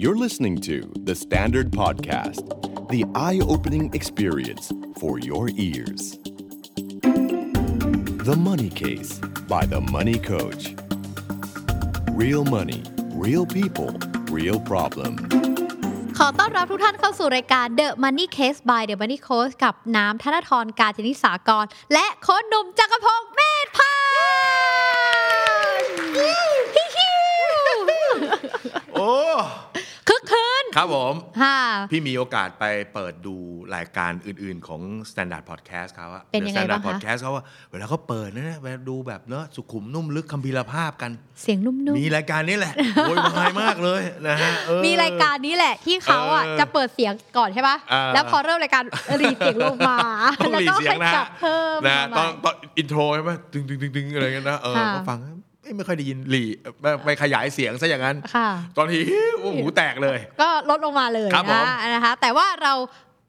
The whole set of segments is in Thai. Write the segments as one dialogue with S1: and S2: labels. S1: You're listening to The Standard Podcast, the eye opening experience for your ears. The Money Case by The Money Coach. Real money, real people, real problem.
S2: ขอต้อนรับทุกท่านเข้าสู่รายการ The Money Case by The Money Coach กับน้ำธนทรการจนิสากร และโค้ชหนุ่มจักรพงศ์เมธพันธ์ฮิฮิว
S3: โอ้
S2: คึกคืน
S3: ครับผม
S2: ค่ะ
S3: พี่มีโอกาสไปเปิดดูรายการอื่นๆของ Standard Podcast เขาอะ
S2: เป็นยังไงบ้างคะ
S3: Standard Podcast เขาว่าเวลาเขาเปิดนะเนี่ยเวลาดูแบบเนอะสุขุมนุ่มลึกคัมภีรภาพกัน
S2: เสียงนุ่ม
S3: มีรายการนี้แหละ โวยวายมากเลยนะฮะเออ
S2: ๆ มีรายการนี้แหละที่เขาอ่ะ
S3: เออ
S2: จะเปิดเสียงก่อนใช่ปะ
S3: อ่า
S2: แล้วพอเริ่มรายการรีดเสียงลงมา
S3: ต้อง
S2: แล้ว
S3: หลี
S2: ก็
S3: เสีย
S2: ค่
S3: ง
S2: อย
S3: นะ
S2: จับเพิ่ม
S3: นะ
S2: ประ
S3: ต
S2: มา
S3: อน
S2: ณ
S3: ตอนอินโทรใช่ไหมตึงตึงตึงตึงอะไรกันนะเออ
S2: ค่ะ
S3: ก็ฟังเอ้ยไม่ค่อยได้ยินหลีเอ้ยไม่ขยายเสียงซะอย่างนั้น
S2: ค่ะ
S3: ตอนที่โอ้โหแตกเลย
S2: ก็ลดลงมาเลย
S3: ครับผ
S2: นะ
S3: ม
S2: นะคะ แต่ว่าเรา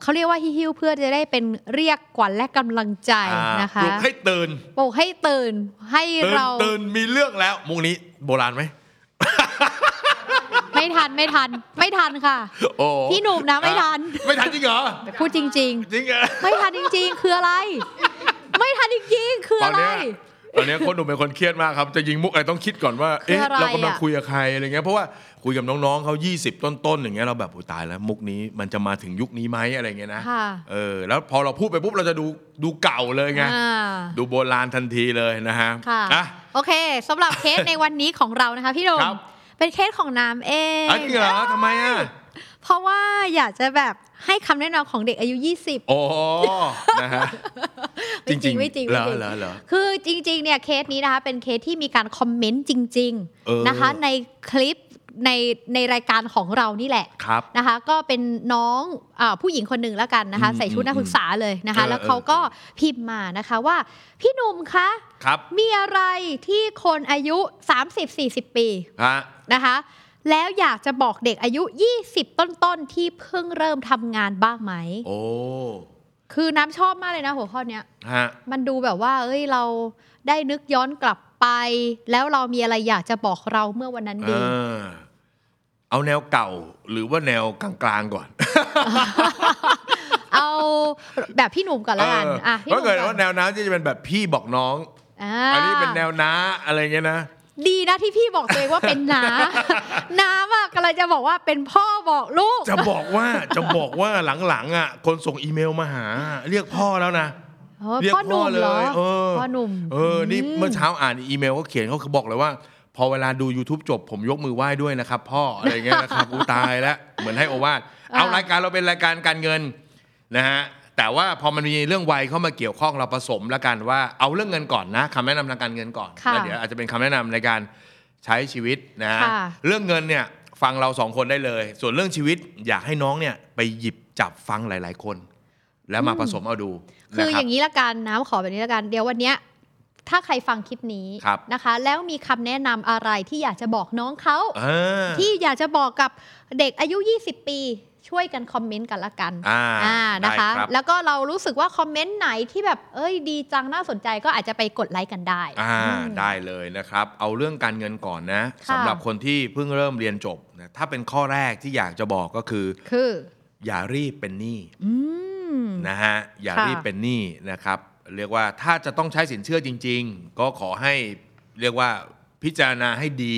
S2: เขาเรียกว่าฮิ้วๆเพื่อจะได้เป็นเรียกกวัญและกำลังใจ
S3: า
S2: นะคะ
S3: ปลุกให้ตื่น
S2: ปลุกให้ตื่นให้
S3: ตื่น
S2: เรา
S3: ตื่นมีเรื่องแล้วมุกนี้โบราณไหม
S2: ไม่ทันไม่ทัน ไม่ทันค่ะ
S3: โอ้
S2: พี่หนุ่มนะไม่ทัน
S3: ไม่ทันจริงเหรอ
S2: พูดจริง
S3: จริงเหรอ
S2: ๆ ไม่ทันจริง ๆ คืออะไร ไม่ทันจริง ๆ คือ
S3: ตอน
S2: อะไร
S3: เนี้ยตอนเนี้ยคนหนุ่มเป็นคนเครียดมากครับ จะยิงมุกอะไรต้องคิดก่อนว่า
S2: คือ
S3: เอ๊ะ
S2: อะไร
S3: เรากำลัง
S2: อะ
S3: คุยกับใครอะไรเงี้ยเพราะว่าคุยกับน้องๆเขา20 ต้นๆอย่างเงี้ยเราแบบโอ้ตายแล้วมุกนี้มันจะมาถึงยุคนี้ไหมอะไรเงี้ยนะ
S2: ค่ะ
S3: เออแล้วพอเราพูดไปปุ๊บเราจะดูดูเก่าเลยไง
S2: อ่า
S3: ดูโบราณทันทีเลยนะฮะ
S2: ค่ะ
S3: อ่ะ
S2: โอเคสำหรับเคสในวันนี้ของเรานะคะ พี่หนุ่ม
S3: ครับ
S2: เป็นเคสของน้ำเอง
S3: อันนี้เหรอทำไมอ่ะ
S2: เพราะว่าอยากจะแบบให้คำแนะนำของเด็กอายุ 20
S3: โอ้นะฮะ
S2: ไม่จริงไม่จริง
S3: เหร
S2: ไม่
S3: อ
S2: จริง
S3: เหรอเหรอ
S2: คือจริงๆเนี่ยเคสนี้นะคะเป็นเคสที่มีการคอมเมนต์จริง
S3: เออ
S2: ๆนะคะในคลิปในในรายการของเรานี่แหละ
S3: ครับ
S2: นะคะก็เป็นน้องอาผู้หญิงคนหนึ่งแล้วกันนะคะ
S3: อืม
S2: ใส่ชุดนักศึกษาเลยนะคะ
S3: เออ
S2: แล้ว
S3: เออ
S2: เขาก็พิมพ์มานะคะว่า พี่หนุ่มคะ
S3: ครับ
S2: มีอะไรที่คนอายุ 30-40 ปี
S3: ฮะ
S2: นะคะ แล้วอยากจะบอกเด็กอายุ 20 ต้นๆที่เพิ่งเริ่มทำงานบ้างไหม
S3: โอ้
S2: คือน้ำชอบมากเลยนะหัวข้อเนี้ย
S3: ฮะ
S2: มันดูแบบว่า เอ้ย เราได้นึกย้อนกลับไป แล้วเรามีอะไรอยากจะบอกเราเมื่อวันนั้นดี
S3: เออเอาแนวเก่าหรือว่าแนวกลางๆก่อน
S2: เอาแบบพี่หนุ่มก่อนละกัน
S3: เออ
S2: อ่ะพี่ห
S3: เพ
S2: นุ่ม
S3: ราะเกิด
S2: ก่อ
S3: ว่าน แนวน้ำที่จะเป็นแบบพี่บอกน้อง
S2: อ่า
S3: อันนี้เป็นแนวน้าอะไรเงี้ยนะ
S2: ดีนะที่พี่บอกตัวเองว่าเป็นน้า น้ำอ่ะกำลังจะบอกว่าเป็นพ่อบอกลูก
S3: จะบอกว่าจะบอกว่าหลังๆอ่ะคนส่งอีเมลมาหา เรียกพ่อแล้วนะ
S2: เออ
S3: เรียก
S2: พ่อหนุ่มเหรอ
S3: เออ
S2: พ่อหนุ่ม
S3: เออนี่เมื่อเช้าอ่านอีเมลก็เขียนเขาบอกเลยว่า พอเวลาดู YouTube จบผมยกมือไหว้ด้วยนะครับ พ่ออะไรเงี้ยนะครับ อูตายแล้วเหมือนให้โอวาทเอารายการเราเป็นรายการการเงินนะฮะแต่ว่าพอมันมีเรื่องวัยเข้ามาเกี่ยวข้องเราผสมละกันว่าเอาเรื่องเงินก่อนนะคำแนะนำทางการเงินก่อน
S2: ค่ะ
S3: แล้วเดี๋ยวอาจจะเป็นคำแนะนำในการใช้ชีวิตนะฮะ
S2: ค่ะ
S3: เรื่องเงินเนี่ยฟังเราสองคนได้เลย ส่วนเรื่องชีวิตอยากให้น้องเนี่ยไปหยิบจับฟังหลาย ๆ คน แล้วมาผสมเอาดู
S2: คื
S3: นะ
S2: อ
S3: ค
S2: อ
S3: รับ
S2: ย่างนี้ละกันน้ำขอแบบนี้ละกัน เดี๋ยววันเนี้ยถ้าใครฟังคลิปนี้
S3: ครับ
S2: นะคะ แล้วมีคำแนะนำอะไรที่อยากจะบอกน้องเขา
S3: อ่า
S2: ที่อยากจะบอกกับเด็กอายุ 20 ปี ช่วยกันคอมเมนต์กันละกัน
S3: อ่า
S2: นะคะ
S3: ได้ครับ
S2: แล้วก็เรารู้สึกว่าคอมเมนต์ไหนที่แบบ เอ้ยดีจังน่าสนใจก็อาจจะไปกดไลค์กันได้
S3: อ่า
S2: อืม
S3: ได้เลยนะครับ เอาเรื่องการเงินก่อนนะ
S2: ค่ะ
S3: สำหรับคนที่เพิ่งเริ่มเรียนจบนะถ้าเป็นข้อแรกที่อยากจะบอกก็คือ
S2: คือ
S3: อย่ารีบเป็นหนี้
S2: อืม
S3: นะฮะอย่า
S2: ค่ะ
S3: รีบเป็นหนี้นะครับ เรียกว่าถ้าจะต้องใช้สินเชื่อจริง ๆ ก็ขอให้เรียกว่าพิจารณาให้ดี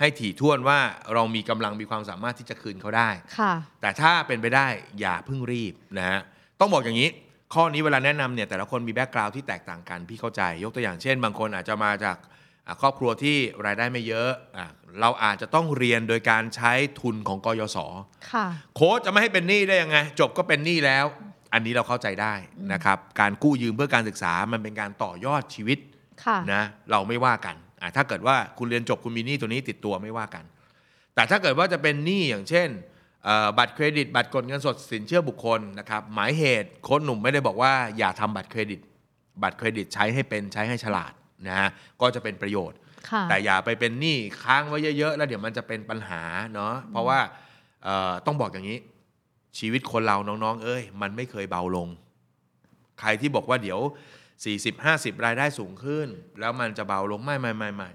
S3: ให้ถี่ถ้วนว่าเรามีกำลังมีความสามารถที่จะคืนเขาได้
S2: ค่ะ
S3: แต่ถ้าเป็นไปได้อย่าเพิ่งรีบนะฮะต้องบอกอย่างนี้ ข้อนี้เวลาแนะนำเนี่ยแต่ละคนมีแบ็กกราวด์ที่แตกต่างกันพี่เข้าใจ ยกตัวอย่างเช่น บางคนอาจจะมาจากอ่ะครอบครัวที่รายได้ไม่เยอะอ่ะเราอาจจะต้องเรียนโดยการใช้ทุนของกยศ
S2: ค่ะ
S3: โค้ชจะไม่ให้เป็นหนี้ได้ยังไง จบก็เป็นหนี้แล้ว อันนี้เราเข้าใจได้นะครับการกู้ยืมเพื่อการศึกษามันเป็นการต่อยอดชีวิต
S2: ค่ะ
S3: นะเราไม่ว่ากันอ่ะถ้าเกิดว่าคุณเรียนจบคุณมีหนี้ตัวนี้ติดตัวไม่ว่ากัน แต่ถ้าเกิดว่าจะเป็นหนี้อย่างเช่นเอ่อบัตรเครดิต บัตรกดเงินสดสินเชื่อบุคคลนะครับหมายเหตุโค้ชหนุ่มไม่ได้บอกว่าอย่าทำบัตรเครดิต บัตรเครดิตใช้ให้เป็นใช้ให้ฉลาดนะฮะก็จะเป็นประโยชน์
S2: ค่ะ
S3: แต่อย่าไปเป็นหนี้ค้างไว้เยอะๆ แล้วเดี๋ยวมันจะเป็นปัญหาเนาะเพราะว่าเอ่อต้องบอกอย่างนี้ ชีวิตคนเราน้องๆ เอ้ย มันไม่เคยเบาลง ใครที่บอกว่าเดี๋ยว 40 50 รายได้สูงขึ้น แล้วมันจะเบาลงไม่ไม่ไม่ไม่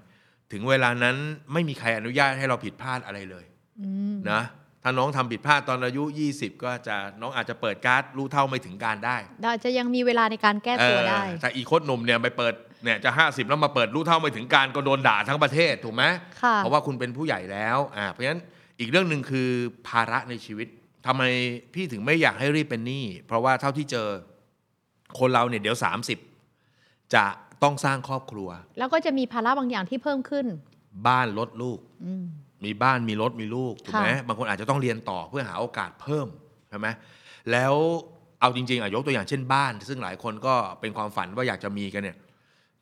S3: ถึงเวลานั้นไม่มีใครอนุญาตให้เราผิดพลาดอะไรเลย
S2: อืม
S3: นะ ถ้าน้องทำผิดพลาดตอนอายุ 20 ก็จะน้องอาจจะเปิดการ์ดรู้เท่าไม่ถึงการได้
S2: เราอาจจะยังมีเวลาในการแก้ตัวได้
S3: เออแต่อีโคดหนุ่มเนี่ยไปเปิดเนี่ยจะ 50 แล้วมาเปิดรู้เท่าไม่ถึงการก็โดนด่าทั้งประเทศถูกไหม
S2: ค่ะ
S3: เพราะว่าคุณเป็นผู้ใหญ่แล้วอ่าเพราะฉะนั้นอีกเรื่องหนึ่งคือภาระในชีวิตทำไมพี่ถึงไม่อยากให้รีบเป็นหนี้เพราะว่าเท่าที่เจอคนเราเนี่ยเดี๋ยว 30 จะต้องสร้างครอบครัว
S2: แล้วก็จะมีภาระบางอย่างที่เพิ่มขึ้น
S3: บ้านลดลูก
S2: อืม
S3: มีบ้านมีรถมีลูกถูกไหม
S2: ค่ะ
S3: บางคนอาจจะต้องเรียนต่อเพื่อหาโอกาสเพิ่มใช่ไหมแล้วเอาจริงๆอ่ะยกตัวอย่างเช่นบ้าน ซึ่งหลายคนก็เป็นความฝันว่าอยากจะมีกันเนี่ย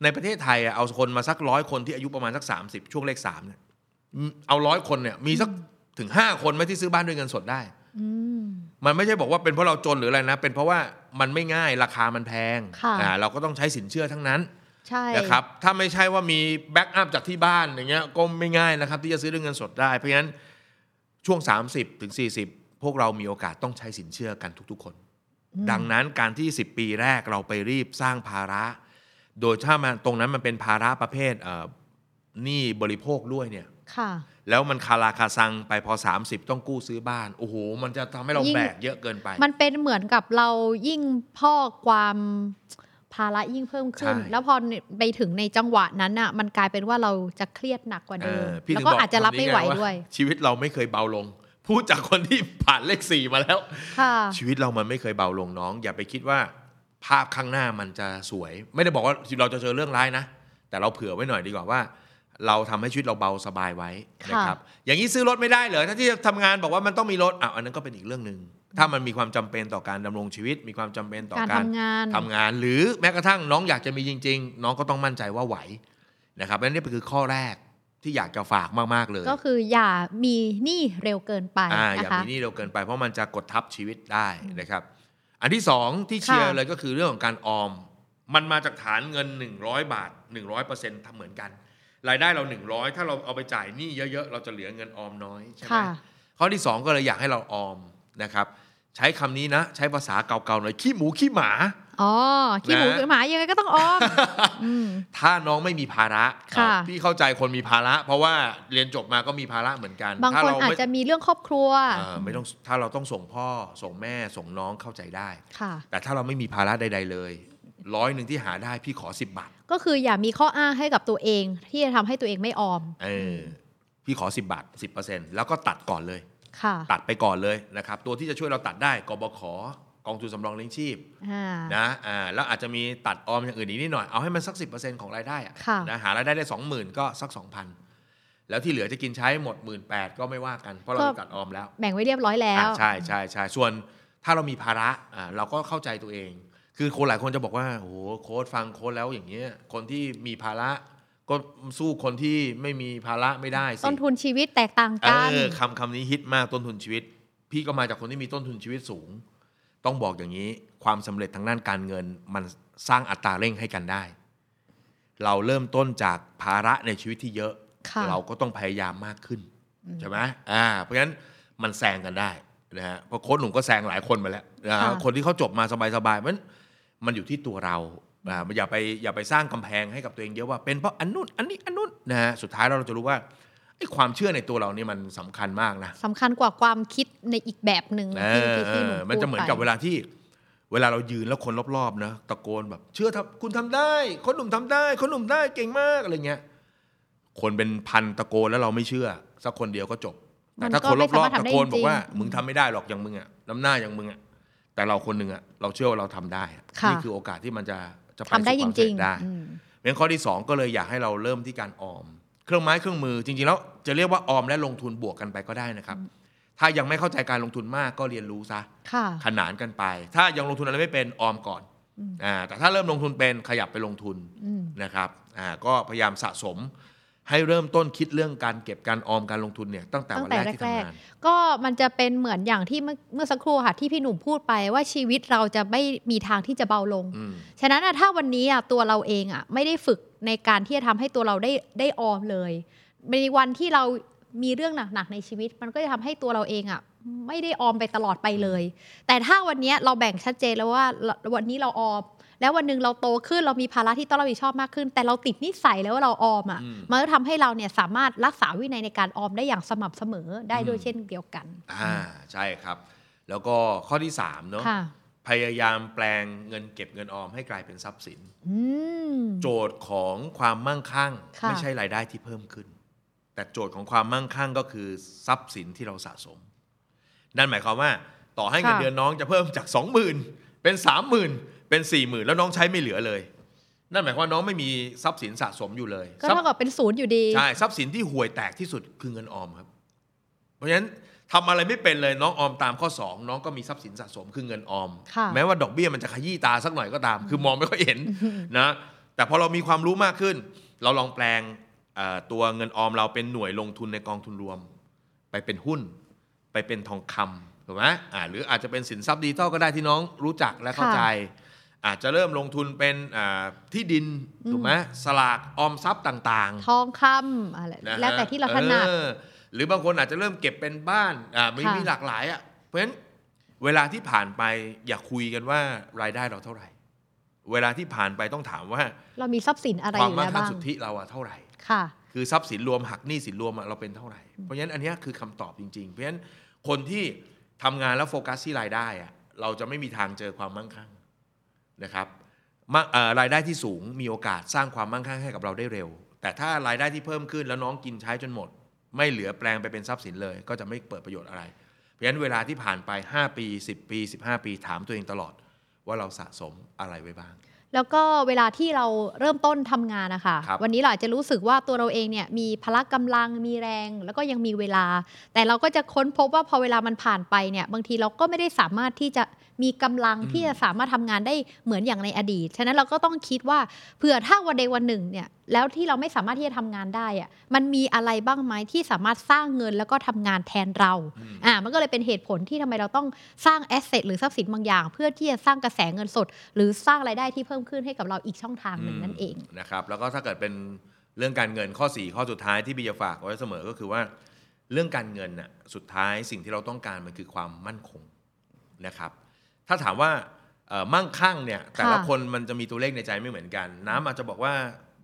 S3: ในประเทศไทยอ่ะเอาคนมาสักร้อยคนที่อายุประมาณสัก 30 ช่วงเลขสามเนี่ยอืมเอาร้อยคนเนี่ยมีสักถึง 5 คนไหมที่ซื้อบ้านด้วยเงินสดได้
S2: อืม
S3: มันไม่ใช่บอกว่าเป็นเพราะเราจนหรืออะไรนะ เป็นเพราะว่ามันไม่ง่ายราคามันแพง
S2: ค่ะ
S3: อ่าเราก็ต้องใช้สินเชื่อทั้งนั้น
S2: ใช่
S3: นะครับถ้าไม่ใช่ว่ามีแบ็กอัพจากที่บ้านอย่างเงี้ยก็ไม่ง่ายนะครับ ที่จะซื้อด้วยเงินสดได้ เพราะฉะนั้นช่วง 30ถึง40 พวกเรามีโอกาสต้องใช้สินเชื่อกันทุก ๆ คน
S2: อืม
S3: ดังนั้นการที่ 10 ปีแรกเราไปรีบสร้างภาระ โดยถ้ามันตรงนั้นมันเป็นภาระประเภทเอ่อหนี้บริโภคด้วยเนี่ย
S2: ค่ะ
S3: แล้วมันคาราคาซังไปพอ 30 ต้องกู้ซื้อบ้าน โอ้โห มันจะทำให้เราย
S2: ง
S3: แบกเยอะเกินไป
S2: มันเป็นเหมือนกับเรายิ่งพอกความภาระยิ่งเพิ่มขึ้น
S3: ใช่
S2: แล้วพอไปถึงในจังหวะนั้นอ่ะ มันกลายเป็นว่าเราจะเครียดหนักกว่าเดิม
S3: เออพี่
S2: แล้ว
S3: ถึง
S2: ก็
S3: บ
S2: อาจจะรับไม่ไหว
S3: คำนี้งา
S2: ด้วย
S3: ชีวิตเราไม่เคยเบาลง พูดจากคนที่ผ่านเลขสี่มาแล้ว
S2: ค่ะ
S3: ชีวิตเรามันไม่เคยเบาลงน้อง อย่าไปคิดว่าภาพข้างหน้ามันจะสวย ไม่ได้บอกว่าเราจะเจอเรื่องร้ายนะ แต่เราเผื่อไว้หน่อยดีกว่าว่า เราทำให้ชีวิตเราเบาสบายไว้นะครับอย่างนี้ซื้อรถไม่ได้เหรอถ้าที่ทำงานบอกว่ามันต้องมีรถอ่ะอันนั้นก็เป็นอีกเรื่องหนึ่งถ้ามันมีความจำเป็นต่อการดำรงชีวิต มีความจำเป็นต่อ
S2: การ
S3: การ
S2: ทำงาน
S3: ทำงานหรือแม้กระทั่งน้องอยากจะมีจริง ๆ น้องก็ต้องมั่นใจว่าไหวนะครับและนี่คือข้อแรกที่อยากจะฝากมากๆเลย
S2: ก็คืออย่ามีหนี้เร็วเกินไป
S3: อ่าอ
S2: นะ
S3: ย่า
S2: คะ
S3: มีหนี่เร็วเกินไปเพราะมันจะกดทับชีวิตได้นะครับ อันที่สองที่เชียร์
S2: ค่ะ
S3: เลยก็คือเรื่องของการออม มันมาจากฐานเงิน 100 บาท 100%ทำเหมือนกัน รายได้เรา 100 ถ้าเราเอาไปจ่ายหนี้เยอะๆ เราจะเหลือเงินออมน้อยใช่ไหม
S2: ค่ะ
S3: ข้อที่ 2 ก็เลยอยากให้เราออมนะครับ ใช้คำนี้นะ ใช้ภาษาเก่าๆหน่อยขี้หมูขี้หมา
S2: อ๋อขี้หมูขี้หมายังไงก็ต้องอ อมอืม
S3: ถ้าน้องไม่มีภาระ
S2: ค่ะ
S3: อ่ะพี่เข้าใจคนมีภาระ เพราะว่าเรียนจบมาก็มีภาระเหมือนกัน
S2: บาง
S3: ถ้
S2: คน
S3: เร
S2: อาจ
S3: ไม่
S2: จะมีเรื่องครอบครัว
S3: เอ่อไม่ต้องถ้าเราต้องส่งพ่อส่งแม่ส่งน้องเข้าใจได้
S2: ค่ะ
S3: แต่ถ้าเราไม่มีภาระใด ๆ เลย ร้อยหนึ่งที่หาได้พี่ขอ 10 บาท
S2: ก็คืออย่ามีข้ออ้างให้กับตัวเอง ที่จะทำให้ตัวเองไม่ออม
S3: เออพี่ขอ 10 บาท 10%แล้วก็ตัดก่อนเลย
S2: ค่ะ
S3: ตัดไปก่อนเลยนะครับ ตัวที่จะช่วยเราตัดได้กบขกองทุนสำรองเลี้ยงชีพ
S2: อ่า
S3: นะอ่าแล้วอาจจะมีตัดออมอย่างอื่นอีกนิดหน่อย เอาให้มันสัก 10%ของรายได้อะ
S2: ค่ะ
S3: นะหารายได้ได้ 20,000 ก็สัก 2,000 แล้วที่เหลือจะกินใช้หมด 1 8ื่นก็ไม่ว่ากัน เพราะเรา
S2: ก็
S3: มีตัดออมแล้ว
S2: แบ่งไว้เรียบร้อยแล้ว
S3: อ่าใช่ใช่ใช่ส่วนถ้าเรามีภาระอ่าเราก็เข้าใจตัวเอง คือคนหลายคนจะบอกว่าโอ้โหโค้ดฟังโค้ดแล้วอย่างเงี้ยคนที่มีภาระก็สู้คนที่ไม่มีภาระไม่ได้สิ
S2: ต้นทุนชีวิตแตกต่าง
S3: เอ
S2: กัน
S3: อคำคำนี้ฮิตมากต้นทุนชีวิต พี่ก็มาจากคนที่มีต้นทุนชีวิตสูง ต้องบอกอย่างนี้ ความสำเร็จทางด้านการเงิน มันสร้างอัตราเร่งให้กันได้ เราเริ่มต้นจากภาระในชีวิตที่เยอะ
S2: ค่ะ
S3: เราก็ต้องพยายามมากขึ้น ใช่ไหมอ่า เพราะฉะนั้นมันแซงกันได้นะฮะเพราะโค้ชหนุ่มก็แซงหลายคนมาแล้วนะฮะ
S2: ค่ะ
S3: คนที่เขาจบมาสบายๆมัน มันอยู่ที่ตัวเราอ่าอย่าไปอย่าไปสร้างกำแพงให้กับตัวเองเยอะว่าเป็นเพราะอันนู้นอันนี้อันนู้นนะฮะสุดท้ายแล้วเราจะรู้ว่าไอ้ความเชื่อในตัวเราเนี่ยมันสำคัญมากนะ
S2: สำคัญกว่าความคิดในอีกแบบหนึ่ง
S3: เอ
S2: ที่
S3: อ
S2: ที่
S3: เอ
S2: ที่ห
S3: อ
S2: นู
S3: มันจะเหมือนกับเว
S2: พูดไป
S3: ลาที่ เวลาเรายืนแล้วคนรอบๆนะตะโกนแบบ เชื่อทำคุณทำได้คนหนุ่มทำได้คนหนุ่มได้เก่งมากอะไรเงี้ยคนเป็นพันตะโกนแล้วเราไม่เชื่อสักคนเดียวก็จบแต่ถ้าคนรอบๆตะโกนบอกว่ามึงทำไม่ได้หรอกอย่างมึงอะน้ำหน้าอย่างมึงอะแต่เราคนหนึ่งอะเราเชื่อว่าเราทำได้อะนี่คือโอกาสที่มันจะจะป
S2: ทำได้
S3: สู่
S2: จ
S3: ความ
S2: ริ
S3: สำเจ
S2: งๆ
S3: ได้
S2: อืม
S3: เพราะฉะนั้นข้อที่ 2 ก็เลยอยากให้เราเริ่มที่การออม เครื่องไม้เครื่องมือจริงๆแล้วจะเรียกว่าออมและลงทุนบวกกันไปก็ได้นะครับ ถ้ายังไม่เข้าใจการลงทุนมากก็เรียนรู้ซะ
S2: ค่ะ
S3: ขนานกันไป ถ้ายังลงทุนอะไรไม่เป็นออมก่อน
S2: อืม
S3: อ่าแต่ถ้าเริ่มลงทุนเป็นขยับไปลงทุน
S2: อืม
S3: นะครับอ่าก็พยายามสะสม ให้เริ่มต้นคิดเรื่องการเก็บการออมการลงทุนเนี่ยตั้งแต่
S2: ตั้
S3: วั
S2: ง
S3: น
S2: แต่
S3: แรกที่
S2: แร
S3: ทำ
S2: ก
S3: งาน
S2: ๆก็มันจะเป็นเหมือนอย่างที่เมื่อเมื่อสักครู่ค่ะที่พี่หนุ่มพูดไปว่าชีวิตเราจะไม่มีทางที่จะเบาลง
S3: อืม
S2: ฉะนั้นน่ะถ้าวันนี้อ่ะตัวเราเองอ่ะไม่ได้ฝึกในการที่จะทำให้ตัวเราได้ได้ออมเลยในวันที่เรามีเรื่องหนักๆในชีวิต มันก็จะทำให้ตัวเราเองอ่ะไม่ได้ออมไปตลอดไปเลย แต่ถ้าวันนี้เราแบ่งชัดเจนแล้วว่าเราวันนี้เราออม แล้ววันหนึ่งเราโตขึ้นเรามีภาระที่ต้องรับผิดชอบมากขึ้น แต่เราติดนิสัยแล้วว่าเราออมอ่ะ
S3: อืม
S2: มันก็ทำให้เราเนี่ยสามารถรักษาวินัยในการออมได้อย่างสม่ำเสมอได้ด้วย
S3: อืม
S2: เช่นเดียวกัน
S3: อ่าใช่ครับ แล้วก็ข้อที่สามเนาะ
S2: ค่ะ
S3: พยายามแปลงเงินเก็บเงินออมให้กลายเป็นทรัพย์สิน
S2: อืม
S3: โจทย์ของความมั่งคั่ง
S2: ค่ะ
S3: ไม่ใช่รายได้ที่เพิ่มขึ้น แต่โจทย์ของความมั่งคั่งก็คือทรัพย์สินที่เราสะสม นั่นหมายความว่า ต่อให้เงิน
S2: ค่ะ
S3: เดือนน้องจะเพิ่มจาก 20,000 เป็น 30,000 เป็น 40,000 แล้วน้องใช้ไม่เหลือเลย นั่นหมายความว่าน้องไม่มีทรัพย์สินสะสมอยู่เลย
S2: ก็
S3: ทรัพ
S2: เท่า
S3: ย์
S2: กับเป็นศูนย์อยู่ดี
S3: ใช่ทรัพย์สินที่ห่วยแตกที่สุดคือเงินออมครับ เพราะฉะนั้นทำอะไรไม่เป็นเลยน้องออมตามข้อ 2 น้องก็มีทรัพย์สินสะสมคือเงินออม
S2: ค่ะ
S3: แม้ว่าดอกเบี้ยมันจะขยี้ตาสักหน่อยก็ตาม คือมองไม่ค่อย เห็นนะแต่พอเรามีความรู้มากขึ้น เราลองแปลงเอ่อตัวเงินออมเราเป็นหน่วยลงทุนในกองทุนรวม ไปเป็นหุ้น ไปเป็นทองคำถูกไหมอ่าหรืออาจจะเป็นสินทรัพย์ดิจิทัลก็ได้ที่น้องรู้จักและเข้าใจ อาจจะเริ่มลงทุนเป็นอ่าที่ดินถูกไหมสลากออมทรัพย์ต่างๆ
S2: ทองคำอะไร
S3: นะฮะ
S2: แล้วแต่ที่เราถนัด
S3: ออหรือบางคนอาจจะเริ่มเก็บเป็นบ้านอ่ามี
S2: ค่ะ
S3: มีหลากหลายอ่ะเพราะฉะนั้นเวลาที่ผ่านไปอย่าคุยกันว่ารายได้เราเท่าไหร่ เวลาที่ผ่านไปต้องถามว่า
S2: เรามีทรัพย์สินอะไร
S3: ค
S2: อ
S3: วาม
S2: ยู่
S3: มั่ง
S2: แล้ว
S3: คั่ง
S2: บ้าง
S3: สุทธิเราอะเท่าไหร่
S2: ค่ะ
S3: คือทรัพย์สินรวมหักหนี้สินรวมอะเราเป็นเท่าไหร่ เพราะฉะนั้นอันเนี้ยคือคำตอบจริง ๆ เพราะฉะนั้นคนที่ทำงานแล้วโฟกัสที่รายได้อะเราจะไม่มีทางเจอความมั่งคั่งนะครับมาเอ่อรายได้ที่สูงมีโอกาสสร้างความมั่งคั่งให้กับเราได้เร็ว แต่ถ้ารายได้ที่เพิ่มขึ้นแล้วน้องกินใช้จนหมด ไม่เหลือแปลงไปเป็นทรัพย์สินเลย ก็จะไม่เปิดประโยชน์อะไร เพราะฉะนั้นเวลาที่ผ่านไป 5 ปี 10 ปี 15 ปีถามตัวเองตลอด ว่าเราสะสมอะไรไว้บ้าง
S2: แล้วก็เวลาที่เราเริ่มต้นทำงานนะคะ
S3: ครับ
S2: วันนี้เราอาจจะรู้สึกว่าตัวเราเองเนี่ยมีพละกำลังมีแรง แล้วก็ยังมีเวลา แต่เราก็จะค้นพบว่าพอเวลามันผ่านไปเนี่ยบางทีเราก็ไม่ได้สามารถที่จะมีกำลัง
S3: อืม
S2: ที่จะสามารถทำงานได้เหมือนอย่างในอดีต ฉะนั้นเราก็ต้องคิดว่าเผื่อถ้าวันใดวันหนึ่งเนี่ยแล้วที่เราไม่สามารถที่จะทำงานได้อะมันมีอะไรบ้างไหมที่สามารถสร้างเงินแล้วก็ทำงานแทนเรา
S3: อืม
S2: อ่ามันก็เลยเป็นเหตุผลที่ทำไมเราต้องสร้างแอสเซทหรือทรัพย์สินบางอย่าง เพื่อที่จะสร้างกระแสเงินสด หรือสร้างรายได้ที่เพิ่มขึ้นให้กับเราอีกช่องทางหนึ่งนั่นเอง
S3: นะครับแล้วก็ถ้าเกิดเป็นเรื่องการเงินข้อ 4 ข้อสุดท้ายที่บีจะฝากไว้เสมอก็คือว่า เรื่องการเงินน่ะสุดท้ายสิ่งที่เราต้องการมันคือความมั่นคงนะครับ ถ้าถามว่าเอ่อมั่งคั่งเนี่ยแต่ละ
S2: ค่ะ
S3: คนมันจะมีตัวเลขในใจไม่เหมือนกัน น้ำอาจจะบอกว่า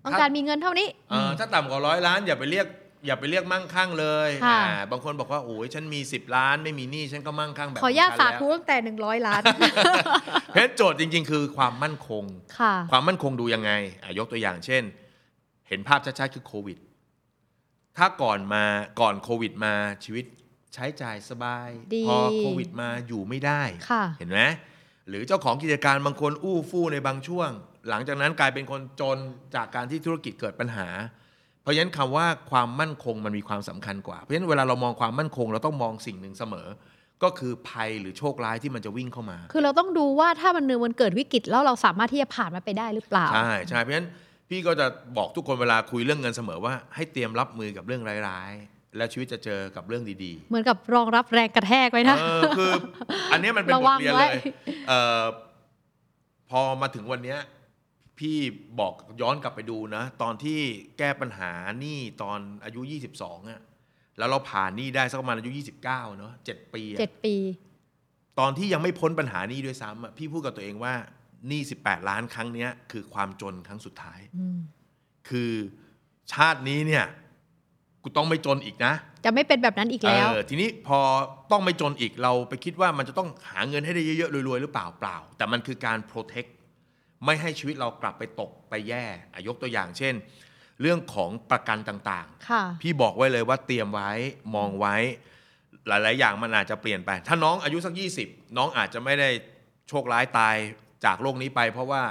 S2: ต้อง
S3: ถ้า
S2: การมีเงินเท่านี้
S3: เอ่อถ้าต่ำกว่าร้อยล้าน อย่าไปเรียกอย่าไปเรียกมั่งคั่งเลย
S2: ค่ะ
S3: อ่าบางคนบอกว่าโอ้ยฉันมี 10 ล้าน ไม่มีหนี้ฉันก็มั่งคั่งแบบ
S2: ขออนุญาต
S3: ขง
S2: สา
S3: ฉัน
S2: ธุ
S3: แล้ว
S2: ตั้งแต่ 100 ล้าน
S3: เพราะฉะนั้นโจทย์จริง ๆ คือความมั่นคง
S2: ค่ะ
S3: ความมั่นคงดูยังไงอ่ะยกตัวอย่างเช่น เห็นภาพชัดๆคือโควิด ถ้าก่อนมาก่อนโควิดมาชีวิตใช้จ่ายสบาย
S2: ดี
S3: พอโควิดมาอยู่ไม่ได้
S2: ค่ะ
S3: เห็นไหมหรือเจ้าของกิจการบางคนอู้ฟู่ในบางช่วง หลังจากนั้นกลายเป็นคนจนจากการที่ธุรกิจเกิดปัญหา เพราะฉะนั้นคำว่าความมั่นคงมันมีความสำคัญกว่า เพราะฉะนั้นเวลาเรามองความมั่นคงเราต้องมองสิ่งหนึ่งเสมอ ก็คือภัยหรือโชคร้ายที่มันจะวิ่งเข้ามา
S2: คือเราต้องดูว่าถ้ามันเนือมันเกิดวิกฤตแล้วเราสามารถที่จะผ่านมันไปได้หรือเปล่า
S3: ใช่ใช่เพราะฉะนั้นพี่ก็จะบอกทุกคนเวลาคุยเรื่องเงินเสมอว่าให้เตรียมรับมือกับเรื่องร้ายๆ แล้วชีวิตจะเจอกับเรื่องดี
S2: เหมือนกับรองรับแรงกระแทกไว้
S3: ๆ
S2: นะ
S3: เออคืออันเนี้ยมันเป็น
S2: ระ
S3: บ
S2: วั
S3: ท
S2: ง
S3: เรียน
S2: ไว้
S3: เลยเออพอมาถึงวันเนี้ยพี่บอกย้อนกลับไปดูนะ ตอนที่แก้ปัญหาหนี้ตอนอายุ 22อะแล้วเราผ่านหนี้ได้สักประมาณอายุ 29เนาะ7ปีอะ
S2: เจ็ดปี
S3: ตอนที่ยังไม่พ้นปัญหาหนี้ด้วยซ้ำอะพี่พูดกับตัวเองว่าหนี้18 ล้านครั้งเนี้ยคือความจนครั้งสุดท้าย
S2: อืม
S3: คือชาตินี้เนี่ยกูต้องไม่จนอีกนะ
S2: จะไม่เป็นแบบนั้นอีกแล้ว
S3: เออทีนี้พอต้องไม่จนอีกเราไปคิดว่ามันจะต้องหาเงินให้ได้เยอะๆรวยๆหรือเปล่าเปล่า แต่มันคือการ protect ไม่ให้ชีวิตเรากลับไปตกไปแย่อ่ะยกตัวอย่างเช่น เรื่องของประกันต่างๆ
S2: ค่ะ
S3: พี่บอกไว้เลยว่าเตรียมไว้มองไว้ หลาย ๆ อย่างมันอาจจะเปลี่ยนไป ถ้าน้องอายุสัก 20 น้องอาจจะไม่ได้โชคร้ายตายจากโรคนี้ไป เพราะว่า